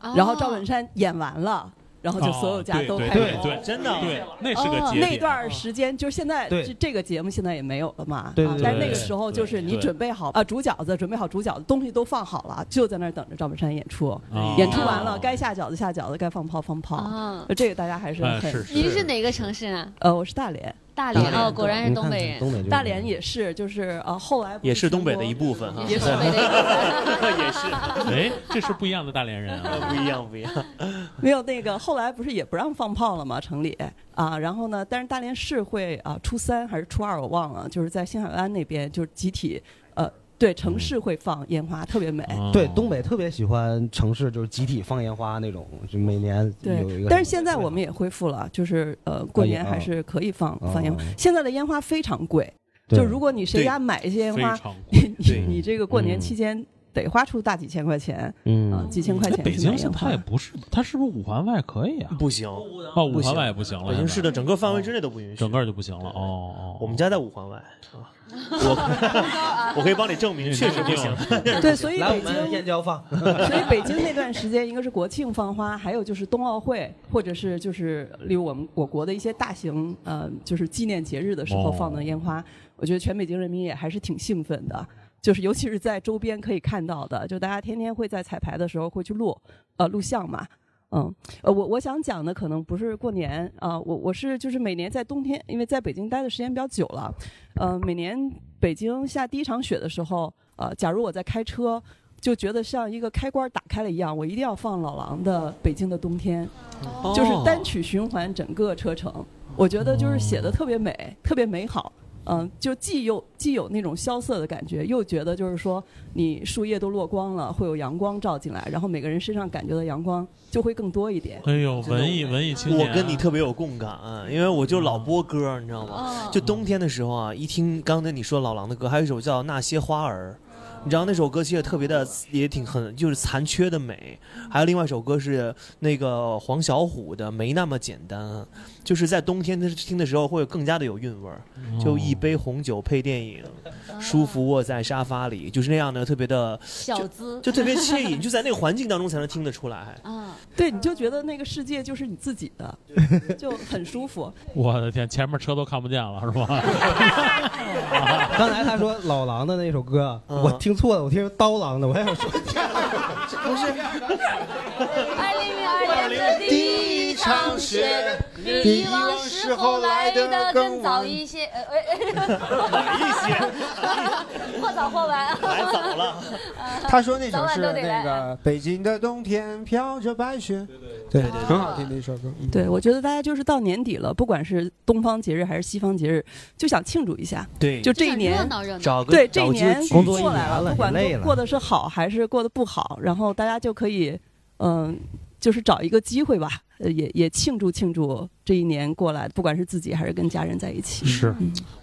B: 哦
O: 然后赵本山演完了。然后就所有家都
E: 哦
O: 开始、哦
E: 对对对真的对那是个节点啊
O: 那段时间就是现在
E: 对
O: 这这个节目现在也没有了嘛，
E: 对
O: 啊
E: 对对
O: 但是
E: 对
O: 那个时候就是你
E: 对
O: 准备好啊煮饺子，准备好煮饺子，东西都放好了，就在那儿等着赵本山演出，
E: 哦
O: 演出完了该下饺子下饺子，该放炮放炮，呃
B: 哦
O: 这个大家还是
E: 哎
O: 很、
E: 是
B: 您是哪个城市啊？
O: 呃，我是大连。
B: 大连哦，果然是东北人。
O: 大连也是，就是呃，后来不
C: 也是
O: 全
C: 东北
O: 国
C: 的一部分哈，
O: 也是东北的一部
C: 也是，
E: 哎，这是不一样的大连人啊，
C: 不一样不一样。
O: 没有那个后来不是也不让放炮了吗？城里啊，然后呢，但是大连市会啊，初三还是初二我忘了，就是在星海湾那边就是集体呃。对城市会放烟花，特别美。
F: 嗯
E: 嗯
F: 哎对，东北特别喜欢城市，就是集体放烟花那种，就每年有一
O: 对
F: 个。，
O: 但是现在我们也恢复了，就是呃，过
F: 啊也
O: 年还
F: 啊
O: 是可以放放烟花
F: 哦。
O: 现在的烟花非常贵，
F: 对
O: 就如果你谁家
F: 对
O: 买一些烟
F: 非
O: 花
F: 常，
O: 你
F: 对
O: 你你这个过年
F: 嗯
O: 期间得花出大几千块钱，
F: 嗯
O: 啊，几千块钱
E: 北
O: 去买
E: 京现
O: 烟
E: 在
O: 花
E: 也不是，它是不是五环外可以啊？
C: 不行，
E: 哦，五环外也不行了。
C: 北京市的
E: 现在
C: 整个范围之内都不允许，
E: 整个就不行了。哦，
C: 我们家在五环外，啊我我可以帮你证 明，确实不行。
O: 对，所以
F: 来
O: 北
F: 我们
O: 京，
F: 燕郊 放。
O: 所以北京那段时间，一个是国庆放花，还有就是冬奥会，或者是就是例如我们我国的一些大型呃，就是纪念节日的时候
F: 哦
O: 放的烟花，我觉得全北京人民也还是挺兴奋的。就是尤其是在周边可以看到的，就大家天天会在彩排的时候会去录，呃，录像嘛。嗯，呃，我我想讲的可能不是过年啊、我我是就是每年在冬天，因为在北京待的时间比较久了，呃，每年北京下第一场雪的时候，呃，假如我在开车，就觉得像一个开关打开了一样，我一定要放老狼的《北京的冬天》就是单曲循环整个车程，我觉得就是
A: 哦
O: 写的特别美，特别美好。嗯，就既有既有那种萧瑟的感觉，又觉得就是说你树叶都落光了，会有阳光照进来，然后每个人身上感觉到阳光就会更多一点。
E: 哎呦，文艺文艺青年，啊嗯
C: 我跟你特别有共感，因为我就老播歌，你知道
B: 哦
C: 吗？就冬天的时候啊，一听刚才你说老狼的歌，还有一首叫《那些花儿》。你知道那首歌其实特别的，也挺很就是残缺的美。还有另外一首歌是那个黄小琥的《没那么简单》，就是在冬天听的时候会更加的有韵味儿。
E: 哦
C: 就一杯红酒配电影，
B: 哦
C: 舒服卧在沙发里，就是那样的特别的
B: 小资
C: 就，就特别惬意，你就在那个环境当中才能听得出来。
B: 啊，
O: 对，你就觉得那个世界就是你自己的，就很舒服。
E: 我的天，前面车都看不见了，是吧？
F: 啊刚才他说老狼的那首歌，我听错了，我听成刀郎的，我还想说。
C: 不是，
B: 二零零二年的
Q: 第
B: 第
Q: 一
B: 一
Q: 场
B: 场
Q: 雪比
B: 雪，比
Q: 以
B: 以
Q: 往
B: 往
Q: 时
B: 时
Q: 候
B: 候
Q: 来
B: 来
Q: 得
B: 的
Q: 更
B: 更
Q: 早
B: 早
Q: 一
B: 一些，呃，晚一些，或早或晚，呃
C: 来早了。
A: 他说那
B: 早
A: 首
B: 晚
A: 是
B: 都得
A: 那
B: 来啊
A: 个北京的冬天飘着白雪，对对对，很好听的一首歌。嗯
O: 对，我觉得大家就是到年底了，不管是东方节日还是西方节日，就想庆祝一下。
C: 对
O: 就这一
B: 就
O: 年
B: 想热闹热闹
C: 找个
O: 对这一
C: 找
O: 年
C: 个聚
O: 过
C: 集
O: 来
C: 了
O: 不管
C: 也累了
O: 过过得是好还是过得不好，然后大家就可以，嗯、就是找一个机会吧，呃也也庆祝庆祝这一年过来，不管是自己还是跟家人在一起。嗯
E: 是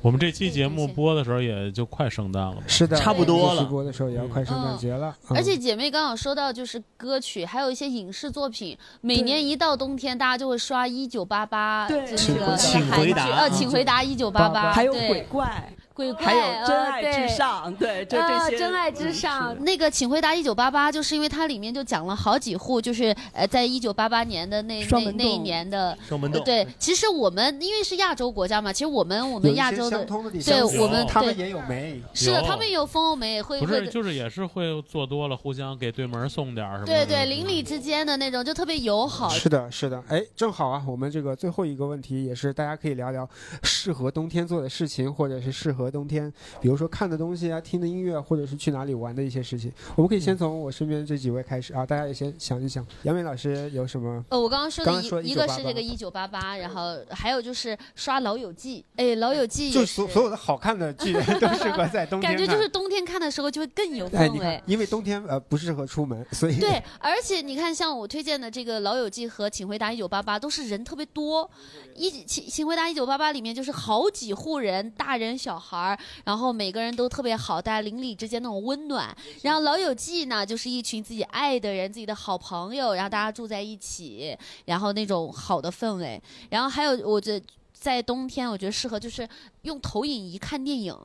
E: 我们这期节目播的时候也就快圣诞了吧，
A: 是的，
C: 差不多了
A: 直播的时候也要快圣诞节了，嗯
B: 而且姐妹刚好说到，就是歌曲，还有一些影视作品，每年一到冬天，大家就会刷《一九八八》就是那个
O: 请
B: 韩
O: 回
B: 剧，
O: 答
B: 呃，请回答一九八八，
O: 还有
B: 对
O: 鬼怪，
B: 鬼怪，
O: 还有真爱
B: 呃
O: 至上，对，这这
B: 啊
O: 些
B: 真爱
E: 嗯
B: 至上。那个《请回答一九八八》，就是因为它里面就讲了好几户，就是呃，在一九八八年的那
O: 双
B: 那
O: 门
B: 那一
O: 洞
B: 年的
C: 双门
B: 呃
C: 洞
B: 对，其实我们因为是亚洲国家嘛，其实我们
A: 有
B: 我
A: 一
B: 们亚
A: 些
B: 洲
A: 相通的地
B: 对
A: 方，哦
B: 我们
A: 他们
B: 对
A: 也有梅，
B: 是的，
E: 有
B: 他们也有蜂窝煤，也会
E: 不
B: 会
E: 是就是也是会做多了，互相给对门送点儿什么
B: 对
E: 的。
B: 对，邻里之间的那种就特别友好。
A: 是的，是的，哎，正好啊，我们这个最后一个问题也是大家可以聊聊适合冬天做的事情，或者是适合冬天，比如说看的东西啊、听的音乐，或者是去哪里玩的一些事情。我们可以
B: 嗯
A: 先从我身边这几位开始啊，大家也先想一想，杨伟老师有什么？
B: 呃，我刚刚说的
A: 刚
B: 一
A: 说
B: 一个是
A: 1988
B: 这个一九八八，然后还有就是刷《老友记》，哎，《老友记》
A: 就
B: 也
A: 所
B: 是
A: 所有的好看的剧都适合在冬天
B: 感觉
A: 看，
B: 就是冬天看的时候就会更有
A: 哎，
B: 氛
A: 你看
B: 围，。
A: 因为冬天呃不适合出门，所以
B: 对，而且你看，像我推荐的这个《老友记》和《请回答一九八八》，都是人特别多。一请请回答一九八八里面就是好几户人，大人小孩儿，然后每个人都特别好，大家邻里之间那种温暖。然后《老友记》呢，就是一群自己爱的人、自己的好朋友，然后大家住在一起，然后那种好的氛围。然后还有，我觉得在冬天，我觉得适合就是用投影仪看电影。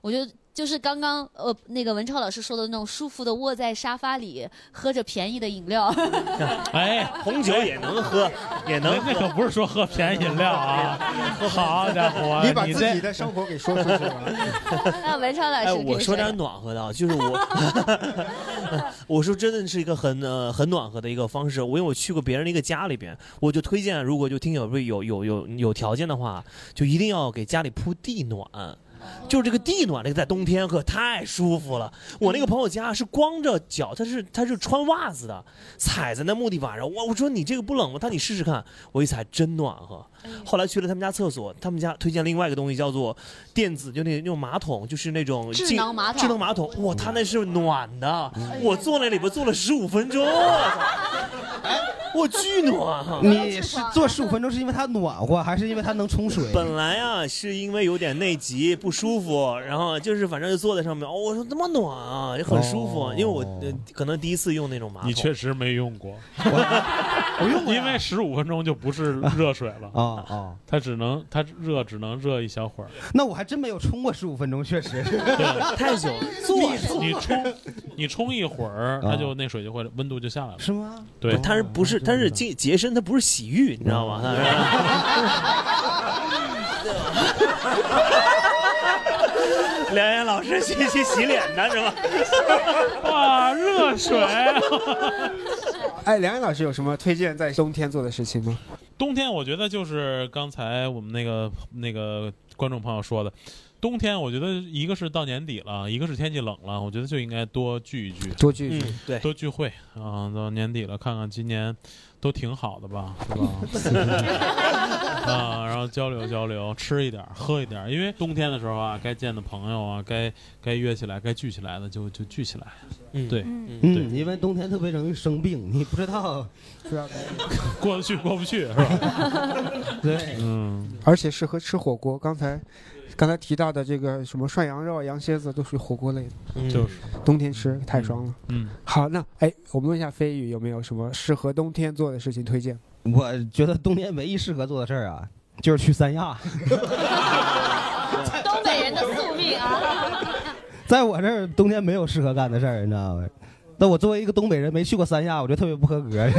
B: 我觉得就是刚刚呃那个文超老师说的那种舒服的窝在沙发里，喝着便宜的饮料。
C: 哎，红酒也能喝，也能。那可不是说喝便宜饮料啊，好家伙
A: 你把自己的生活给说出 去了。
B: 那文超老
C: 哎，
B: 师给
C: 我说
B: 的
C: 点暖和的，啊，就是我， 我说真的是一个很呃很暖和的一个方式。我因为我去过别人的一个家里边，我就推荐，如果就听友不有有有有条件的话，就一定要给家里铺地暖。就是这个地暖，这个在冬天可太舒服了。我那个朋友家是光着脚，他是他是穿袜子的，踩在那木地板上。哇，我说你这个不冷吗？他说你试试看。我一踩真暖和。后来去了他们家厕所，他们家推荐另外一个东西叫做电子，就那那种马桶，就是那种
B: 智
C: 进
B: 能马桶
C: 智能马桶，哇，他那是暖的。我坐那里边坐了十五分钟，我操我巨暖啊和。
F: 哎你是做十五分钟是因为它暖和，还是因为它能冲水？
C: 本来啊，是因为有点内急不舒服，然后就是反正就坐在上面，哦，我说他妈暖啊，就很舒服。因为我、呃可能第一次用那种马桶，
E: 哦你确实没用过，
F: 我用
E: 因为十五分钟就不是热水了
F: 啊 啊，
E: 它只能它热只能热一 小会儿，
F: 那我还真没有冲过十五分钟，确实
C: 太久了。
E: 你冲你冲一会儿，它就那水就会温度就下来了，
F: 是吗？
E: 对，
C: 它是不是它
F: 嗯
C: 是洁洁身，它不是洗浴，你知道吗？它是 梁岩老师去去洗脸呢是吧？ 哇，热水！
A: 哎，梁岩老师有什么推荐在冬天做的事情吗？
E: 冬天我觉得就是刚才我们那个那个观众朋友说的，冬天我觉得一个是到年底了，一个是天气冷了，我觉得就应该多聚一聚，
A: 多聚一聚
E: 嗯
C: 对
E: 多聚会啊、到年底了，看看今年都挺好的吧，是 吧？啊，然后交流交流，吃一点儿，喝一点儿，因为冬天的时候啊，该见的朋友啊，该该约起来，该聚起来的就就聚起来，
C: 嗯
E: 对，对，
F: 嗯，因为冬天特别容易生病，你不知道，
E: 过得去过不去是吧？
F: 对，
E: 嗯，
A: 而且适合吃火锅。刚才，刚才提到的这个什么涮羊肉、啊、羊蝎子都属于火锅类
F: 嗯
A: 的，
E: 就是
A: 冬天吃太爽了。
E: 嗯，
A: 好，那哎，我们问一下飞宇有没有什么适合冬天做的事情推荐？
F: 我觉得冬天唯一适合做的事儿啊，就是去三亚。
B: 东北人的宿命啊！
F: 在我这儿冬天没有适合干的事儿，你知道吗？那我作为一个东北人，没去过三亚，我觉得特别不合格。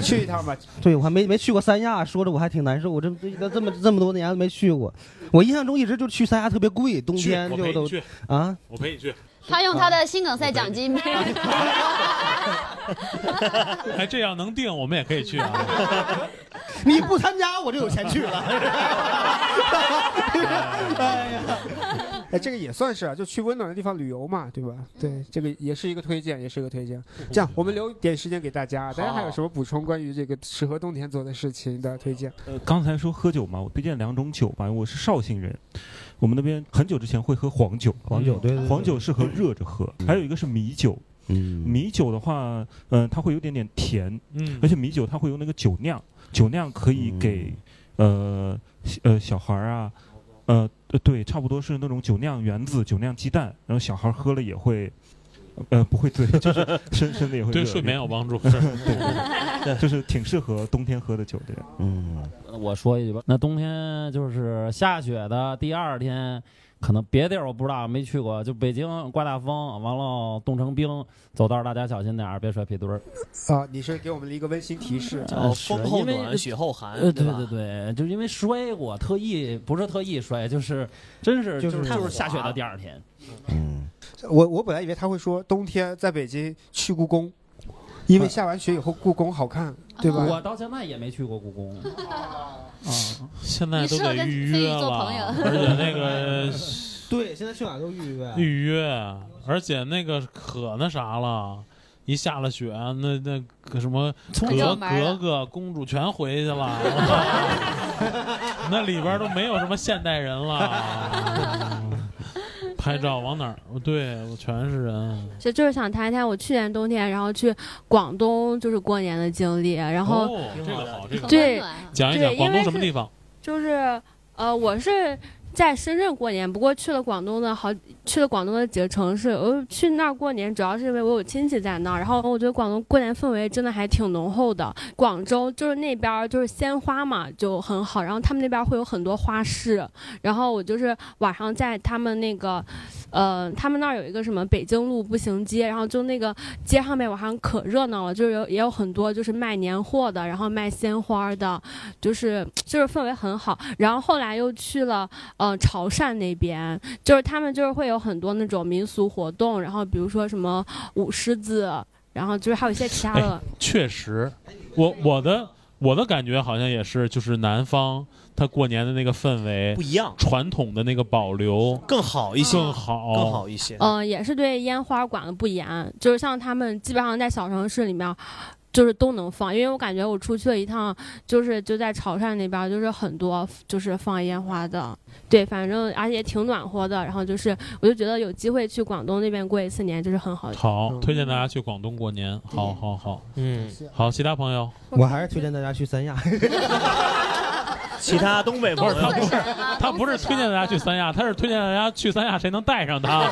A: 去一趟吧。
F: 对，我还没没去过三亚，说着我还挺难受。我这这这么这么多年都没去过，我印象中一直就去三亚特别贵，冬天
E: 去我
F: 就
E: 陪
F: 都
E: 你去
F: 啊。
E: 我陪你去。
B: 他用他的新梗塞奖金。
E: 啊 哎，这要能定，我们也可以去啊。
F: 你不参加，我就有钱去了。
A: 哎，这个也算是啊，就去温暖的地方旅游嘛，对吧？对，这个也是一个推荐，也是一个推荐。
F: 嗯
A: 这样，我们留一点时间给大家，大家还有什么补充关于这个适合冬天做的事情的推荐？
I: 呃，刚才说喝酒嘛，我推荐两种酒吧。我是绍兴人，我们那边很久之前会喝黄酒，
F: 黄酒对对对
I: 黄酒适合热着喝。还有一个是米酒，
F: 嗯，
I: 米酒的话，嗯、它会有点点甜，
E: 嗯
I: 而且米酒它会有那个酒酿，酒酿可以给、
F: 嗯
I: 呃小呃小孩儿啊，呃呃对，差不多是那种酒酿圆子、酒酿鸡蛋，然后小孩儿喝了也会。呃，不会醉， 就是深深的也会
E: 对
I: 热
E: 睡眠有帮助
I: 对 对对，就是挺适合冬天喝的酒的。
F: 嗯，
J: 我说一句吧，那冬天就是下雪的第二天，可能别地儿我不知道，没去过，就北京刮大风，完了冻成冰，走道儿大家小心点儿，别摔屁墩儿。
A: 啊，你是给我们的一个温馨提示，
E: 嗯
A: 啊
J: 呃是因为呃对
A: 吧
J: 对对，就因为摔过，特意不是特意摔，就是真是
A: 就是是
J: 就是下雪的第二天。
A: 我我本来以为他会说冬天在北京去故宫，因为下完雪以后故宫好看，对吧？
E: 啊
J: 我到现在也没去过故 宫。
E: 现在都
J: 你适合
E: 得
J: 跟
E: 预
J: 飞
E: 约
J: 宇做
E: 了
J: 朋友，
E: 而且 那个
F: 对，现在去哪儿都预约。
E: 预约，而且那个可那啥了。一下了雪，那那个什么
J: 从
E: 格
J: 上班了
E: 格格、公主全回去 了，那里边都没有什么现代人了。 拍照往哪儿？对，我全是人。
H: 就就是想谈一谈我去年冬天，然后去广东就是过年的经历，然后、
E: 哦这个好，这个好
H: 对
E: 讲一
H: 对
E: 讲
H: 因
E: 广
H: 为
E: 东什么
H: 是
E: 地方？
H: 就是呃，我是在深圳过年，不过去了广东的好，去了广东的几个城市。我去那儿过年，主要是因为我有亲戚在那儿，然后我觉得广东过年氛围真的还挺浓厚的。广州就是那边儿就是鲜花嘛，就很好，然后他们那边儿会有很多花市，然后我就是晚上在他们那个。呃，他们那儿有一个什么北京路步行街，然后就那个街上面晚上可热闹了，就是有也有很多就是卖年货的，然后卖鲜花的，就是就是氛围很好。然后后来又去了呃潮汕那边，就是他们就是会有很多那种民俗活动，然后比如说什么舞狮子，然后就是还有一些其他
E: 哎
H: 的。
E: 确实，我我的我的感觉好像也是，就是南方他过年的那个氛围
C: 不一样，
E: 传统的那个保留
C: 更好一些，
E: 更好，
C: 更好一些。
H: 嗯、也是对烟花管的不严，就是像他们基本上在小城市里面，就是都能放。因为我感觉我出去了一趟，就是就在潮汕那边，就是很多就是放烟花的，对，反正而且也挺暖和的。然后就是，我就觉得有机会去广东那边过一次年，就是很好的。
E: 好，推荐大家去广东过年。好好好，
C: 嗯，
E: 好，其他 朋友，
F: 我还是推荐大家去三亚。
C: 其他东北
E: 不
C: 朋
E: 是他
C: 友
E: 不是他不是推荐大家去三亚，他是推荐大家去三亚谁能带上 他。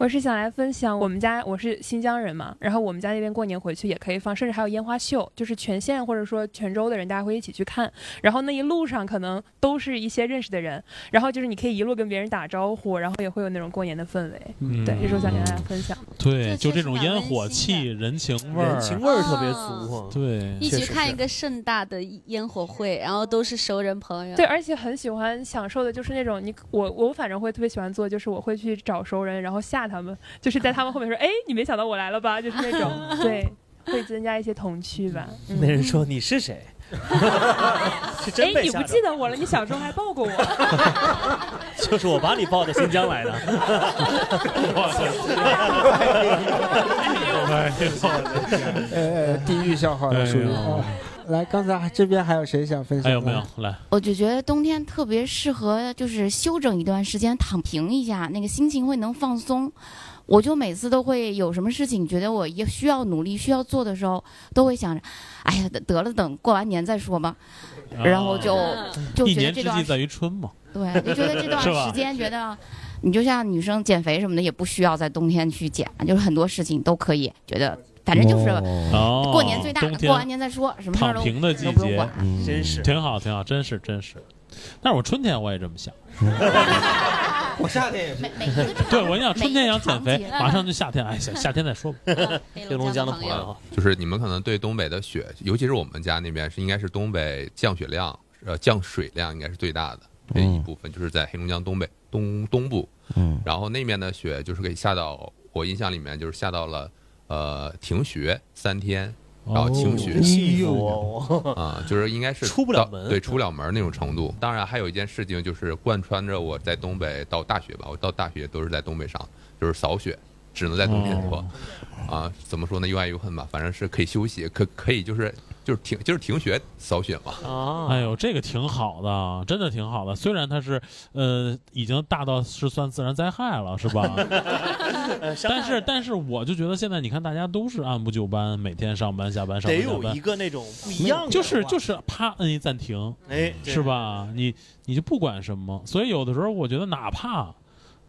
G: 我是想来分享，我们家我是新疆人嘛，然后我们家那边过年回去也可以放，甚至还有烟花秀，就是全县或者说泉州的人，大家会一起去看。然后那一路上可能都是一些认识的人，然后就是你可以一路跟别人打招呼，然后也会有那种过年的氛围。
E: 嗯
G: 对，这是我想跟大家分享。
E: 对，就这种烟火气、人情味儿，
C: 人情味儿特别足啊
E: 对，
B: 一起看一个盛大的烟火会，然后都是熟人朋友。
G: 对，而且很喜欢享受的就是那种你我我反正会特别喜欢做，就是我会去找熟人，然后吓他们，就是在他们后面说，哎，你没想到我来了吧，就是那 种，对，会增加一些童趣吧。嗯、
C: 那人说你是谁？是真
G: 哎，
C: 被
G: 你
C: 吓
G: 不
C: 着
G: 记得我了？你小时候还抱过我。
C: 就是我把你抱到新疆来的。
E: 哎
A: 呃，地狱笑话了，属于。哦来，刚才这边还有谁想分享？
E: 还哎有没有？来？
Q: 我就觉得冬天特别适合，就是休整一段时间，躺平一下，那个心情会能放松。我就每次都会有什么事情，觉得我也需要努力、需要做的时候，都会想着，哎呀，得得了，等过完年再说吧。然后就
C: 啊
B: 嗯
Q: 就
E: 哦一
Q: 觉得
E: 年
Q: 这
E: 之
Q: 段
E: 计在于春嘛。
Q: 对，就觉 得这
E: 是吧
Q: 段时间觉得，你就像女生减肥什么的，也不需要在冬天去减，就是很多事情都可以觉得，反正就是
E: 哦
Q: 过年最大，
E: 冬天
Q: 过完年再说，什么事
E: 躺
Q: 儿都
E: 平的季
Q: 都不用
E: 节
Q: 管。，
C: 真是
E: 挺好，挺好，真是真是。但是我春天我也这么 想，
Q: 啊
F: 我夏天也是，
E: 对我一想春天也想减肥
Q: 每一，个场景
E: 马上就夏天，哎，夏夏天再说吧。
C: 嗯 黑龙江的朋友，啊
K: 就是你们可能对东北的雪，尤其是我们家那边是应该是东北降雪量，呃，降水量应该是最大的这一部分，就是在黑龙江东北东东部，
F: 嗯，
K: 然后那面的雪就是可以下到我印象里面就是下到了呃停学三天，然
E: 哦
K: 后
C: 情
K: 停
C: 绪
E: 哎
K: 学，
C: 幸福哦
K: 啊，就是应该是
C: 出不了门
K: 到对，出不了门那种程度。当然，还有一件事情就是贯穿着我在东北到大学吧，我到大学都是在东北上，就是扫雪，只能在冬天做。啊，怎么说呢？又爱又恨吧，反正是可以休息，可可以就是就是停就是停学扫雪嘛。
C: 啊，
E: 哎呦，这个挺好的，真的挺好的。虽然它是呃已经大到是算自然灾害了，是吧？但是但是我就觉得现在你看大家都是按部就班，每天上班下班 上
C: 得
E: 班下
C: 有
E: 班
C: 一。个那种不一样的，
E: 就是就是啪摁一暂停，
C: 哎对
E: 是吧？你你就不管什么，所以有的时候我觉得哪怕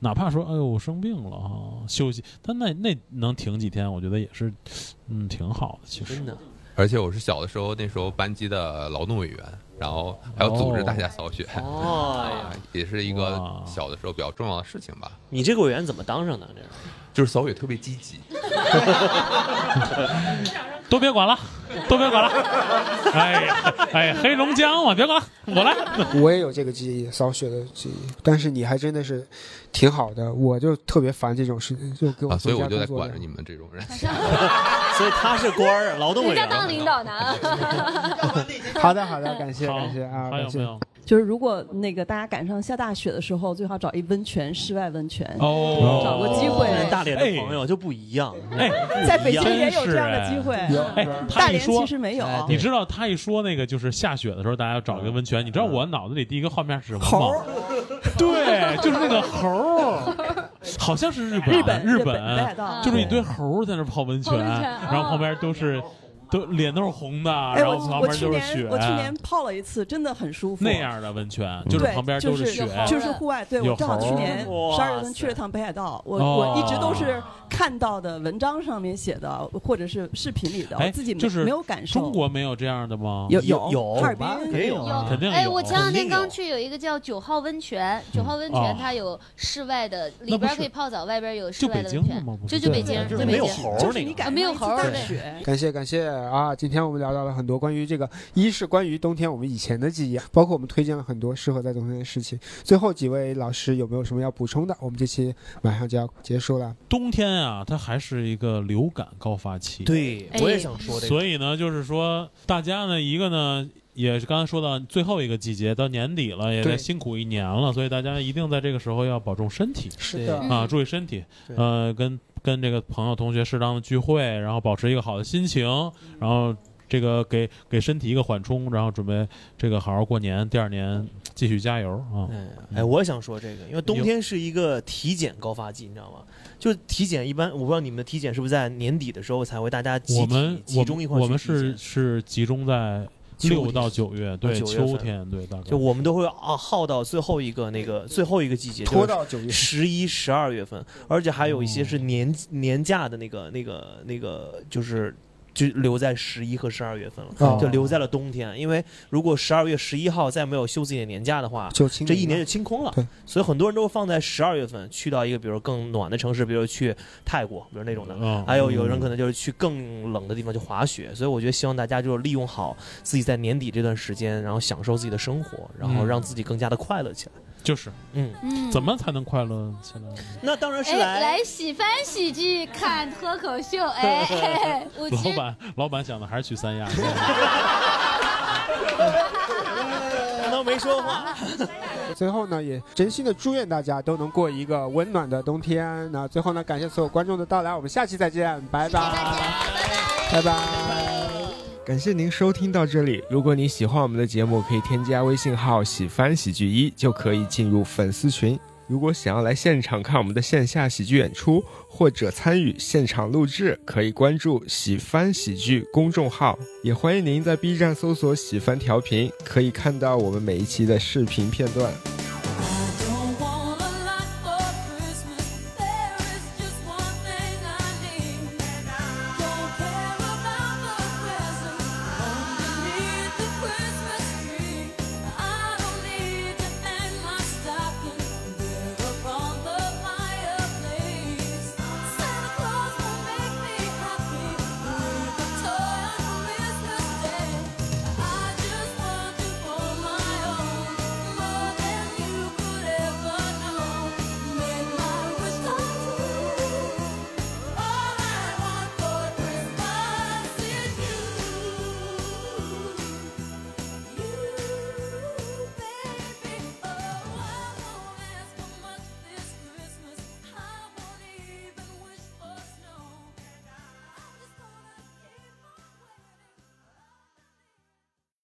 E: 哪怕说哎呦我生病了啊，休息，但那那能停几天，我觉得也是嗯挺好的，其实
C: 真的。
K: 而且我是小的时候，那时候班级的劳动委员，然后还要组织大家扫雪，
C: 哦
K: 啊，也是一个小的时候比较重要的事情吧。
C: 你这个委员怎么当上的？这是
K: 就是扫雪特别积极，
E: 都别管了，都 别管了。哎呀哎，黑龙江嘛，别管了，我来。
A: 我也有这个记忆，扫雪的记忆，但是你还真的是挺好的，我就特别烦这种事情，就给我、
K: 啊，所以我就在管着你们这种人。
C: 所以他是官儿，劳动委员。
N: 领导呢。
A: 好的，好的，感谢，感谢啊，
E: 还
A: 感
E: 有没
A: 谢。
E: 有？
O: 就是如果那个大家赶上下大雪的时候，最好找一温泉，室外温泉，
E: 哦
O: 找个机会。
C: 大连的嗯朋友就不一样，
E: 哎，
O: 在北京也有这样的
E: 真是哎
O: 机会
E: 有哎，
O: 大
E: 他一
O: 连
E: 说哎
O: 其实没有。
C: 哎
E: 你知道他一说那个就是下雪的时候，大家要找一个温
O: 嗯
E: 泉。你知道我脑子里第一个画面是什么吗？对，就是那个猴儿，好像是日本，
O: 日
E: 日
O: 本
E: 日
O: 日本北海道嗯
E: 就是一堆猴儿在那泡温泉，
O: 泡温泉嗯
E: 然后旁边都是都脸都是红的，
O: 哎，
E: 然
O: 我
E: 后旁
O: 我
E: 边
O: 去
E: 就是
O: 年
E: 雪啊
O: 我去年泡了一次，真的很舒服。
E: 那样的温泉，
O: 对
E: 就是旁边都
O: 就是
E: 雪，
O: 就是户外。对，
E: 有
O: 我正好去
E: 猴儿
O: 年十二月份去了趟北海道，我
E: 哦
O: 我一直都是看到的文章上面写的，或者是视频里的，
E: 哎，
O: 我自己没
E: 就是
O: 没有感
E: 中
O: 受。
E: 国没有这样的吗？
O: 有有有哈尔滨
E: 也有啊，肯定有。
B: 哎，我前两
E: 肯定
B: 天
E: 有
B: 刚去有一个叫九号温泉，九号温
E: 哦
B: 泉它有室外的，里
E: 那不
B: 边
E: 是
B: 可以泡澡，外边有室
E: 就
B: 外
E: 北
B: 的
E: 京
B: 温
E: 的
B: 泉
E: 吗？不，
B: 就是就北京，就北京，
A: 儿
B: 啊没有猴儿，对
A: 感谢感谢，啊，今天我们聊到了很多关于这个，一是关于冬天我们以前的记忆，包括我们推荐了很多适合在冬天的事情。最后几位老师有没有什么要补充的？我们这期马上就要结束了。
E: 冬天啊，它还是一个流感高发期。
C: 对哎我也想说这个
E: 所以呢，就是说大家呢，一个呢。也是刚才说到最后一个季节，到年底了，也
C: 对
E: 在辛苦一年了，所以大家一定在这个时候要保重身体，
C: 是的
E: 啊，注意身体，
C: 对
E: 呃，跟跟这个朋友同学适当的聚会，然后保持一个好的心情，然后这个给给身体一个缓冲，然后准备这个好好过年，第二年继续加油啊！
C: 哎，我也想说这个，因为冬天是一个体检高发季，你知道吗？就是体检一般，我不知道你们的体检是不是在年底的时候才会大家集体
E: 我们
C: 集中一块
E: 我
C: 儿
E: 们我们
C: 去体检
E: 是是集中在
C: 秋
E: 六
C: 天
E: 到九月，对，
C: 啊九月
E: 秋
C: 份
E: 天，对，大概
C: 就我们都会啊耗到最后一个那个最后一个季节，
E: 拖到九嗯
C: 月、十一、十二月份，而且还有一
E: 哦
C: 些是年、年假的那个那个那个就是。就留在十一和十二月份了，
E: 哦
C: 就留在了冬天。因为如果十二月十一号再没有休自己的年假的话，
E: 就清
C: 这
E: 零
C: 一
E: 了
C: 年就清空了。所以很多人都放在十二月份去到一个比如更暖的城市，比如去泰国，比如那种的。
E: 哦
C: 还有有人
E: 嗯
C: 可能就是去更冷的地方去滑雪。所以我觉得希望大家就是利用好自己在年底这段时间，然后享受自己的生活，然后
E: 嗯
C: 让自己更加的快乐起来。
E: 就是，
C: 嗯
Q: 嗯
E: 怎么才能快乐起来呢？
C: 那当然
Q: 哎， 来喜翻喜剧，看脱 口秀，哎，哎我
E: 老
Q: 其实
E: 板，老板想的还是去三亚。
C: 难哎道没说话？
A: 最后呢，也真心的祝愿大家都能过一个温暖的冬天。那最后呢，感谢所有观众的到来，我们下期再见，拜拜，拜拜。
R: 感谢您收听到这里。如果你喜欢我们的节目，可以添加微信号“喜翻喜剧一”，就可以进入粉丝群。如果想要来现场看我们的线下喜剧演出，或者参与现场录制，可以关注“喜翻喜剧”公众号。也欢迎您在 B 站搜索“喜翻调频”，可以看到我们每一期的视频片段。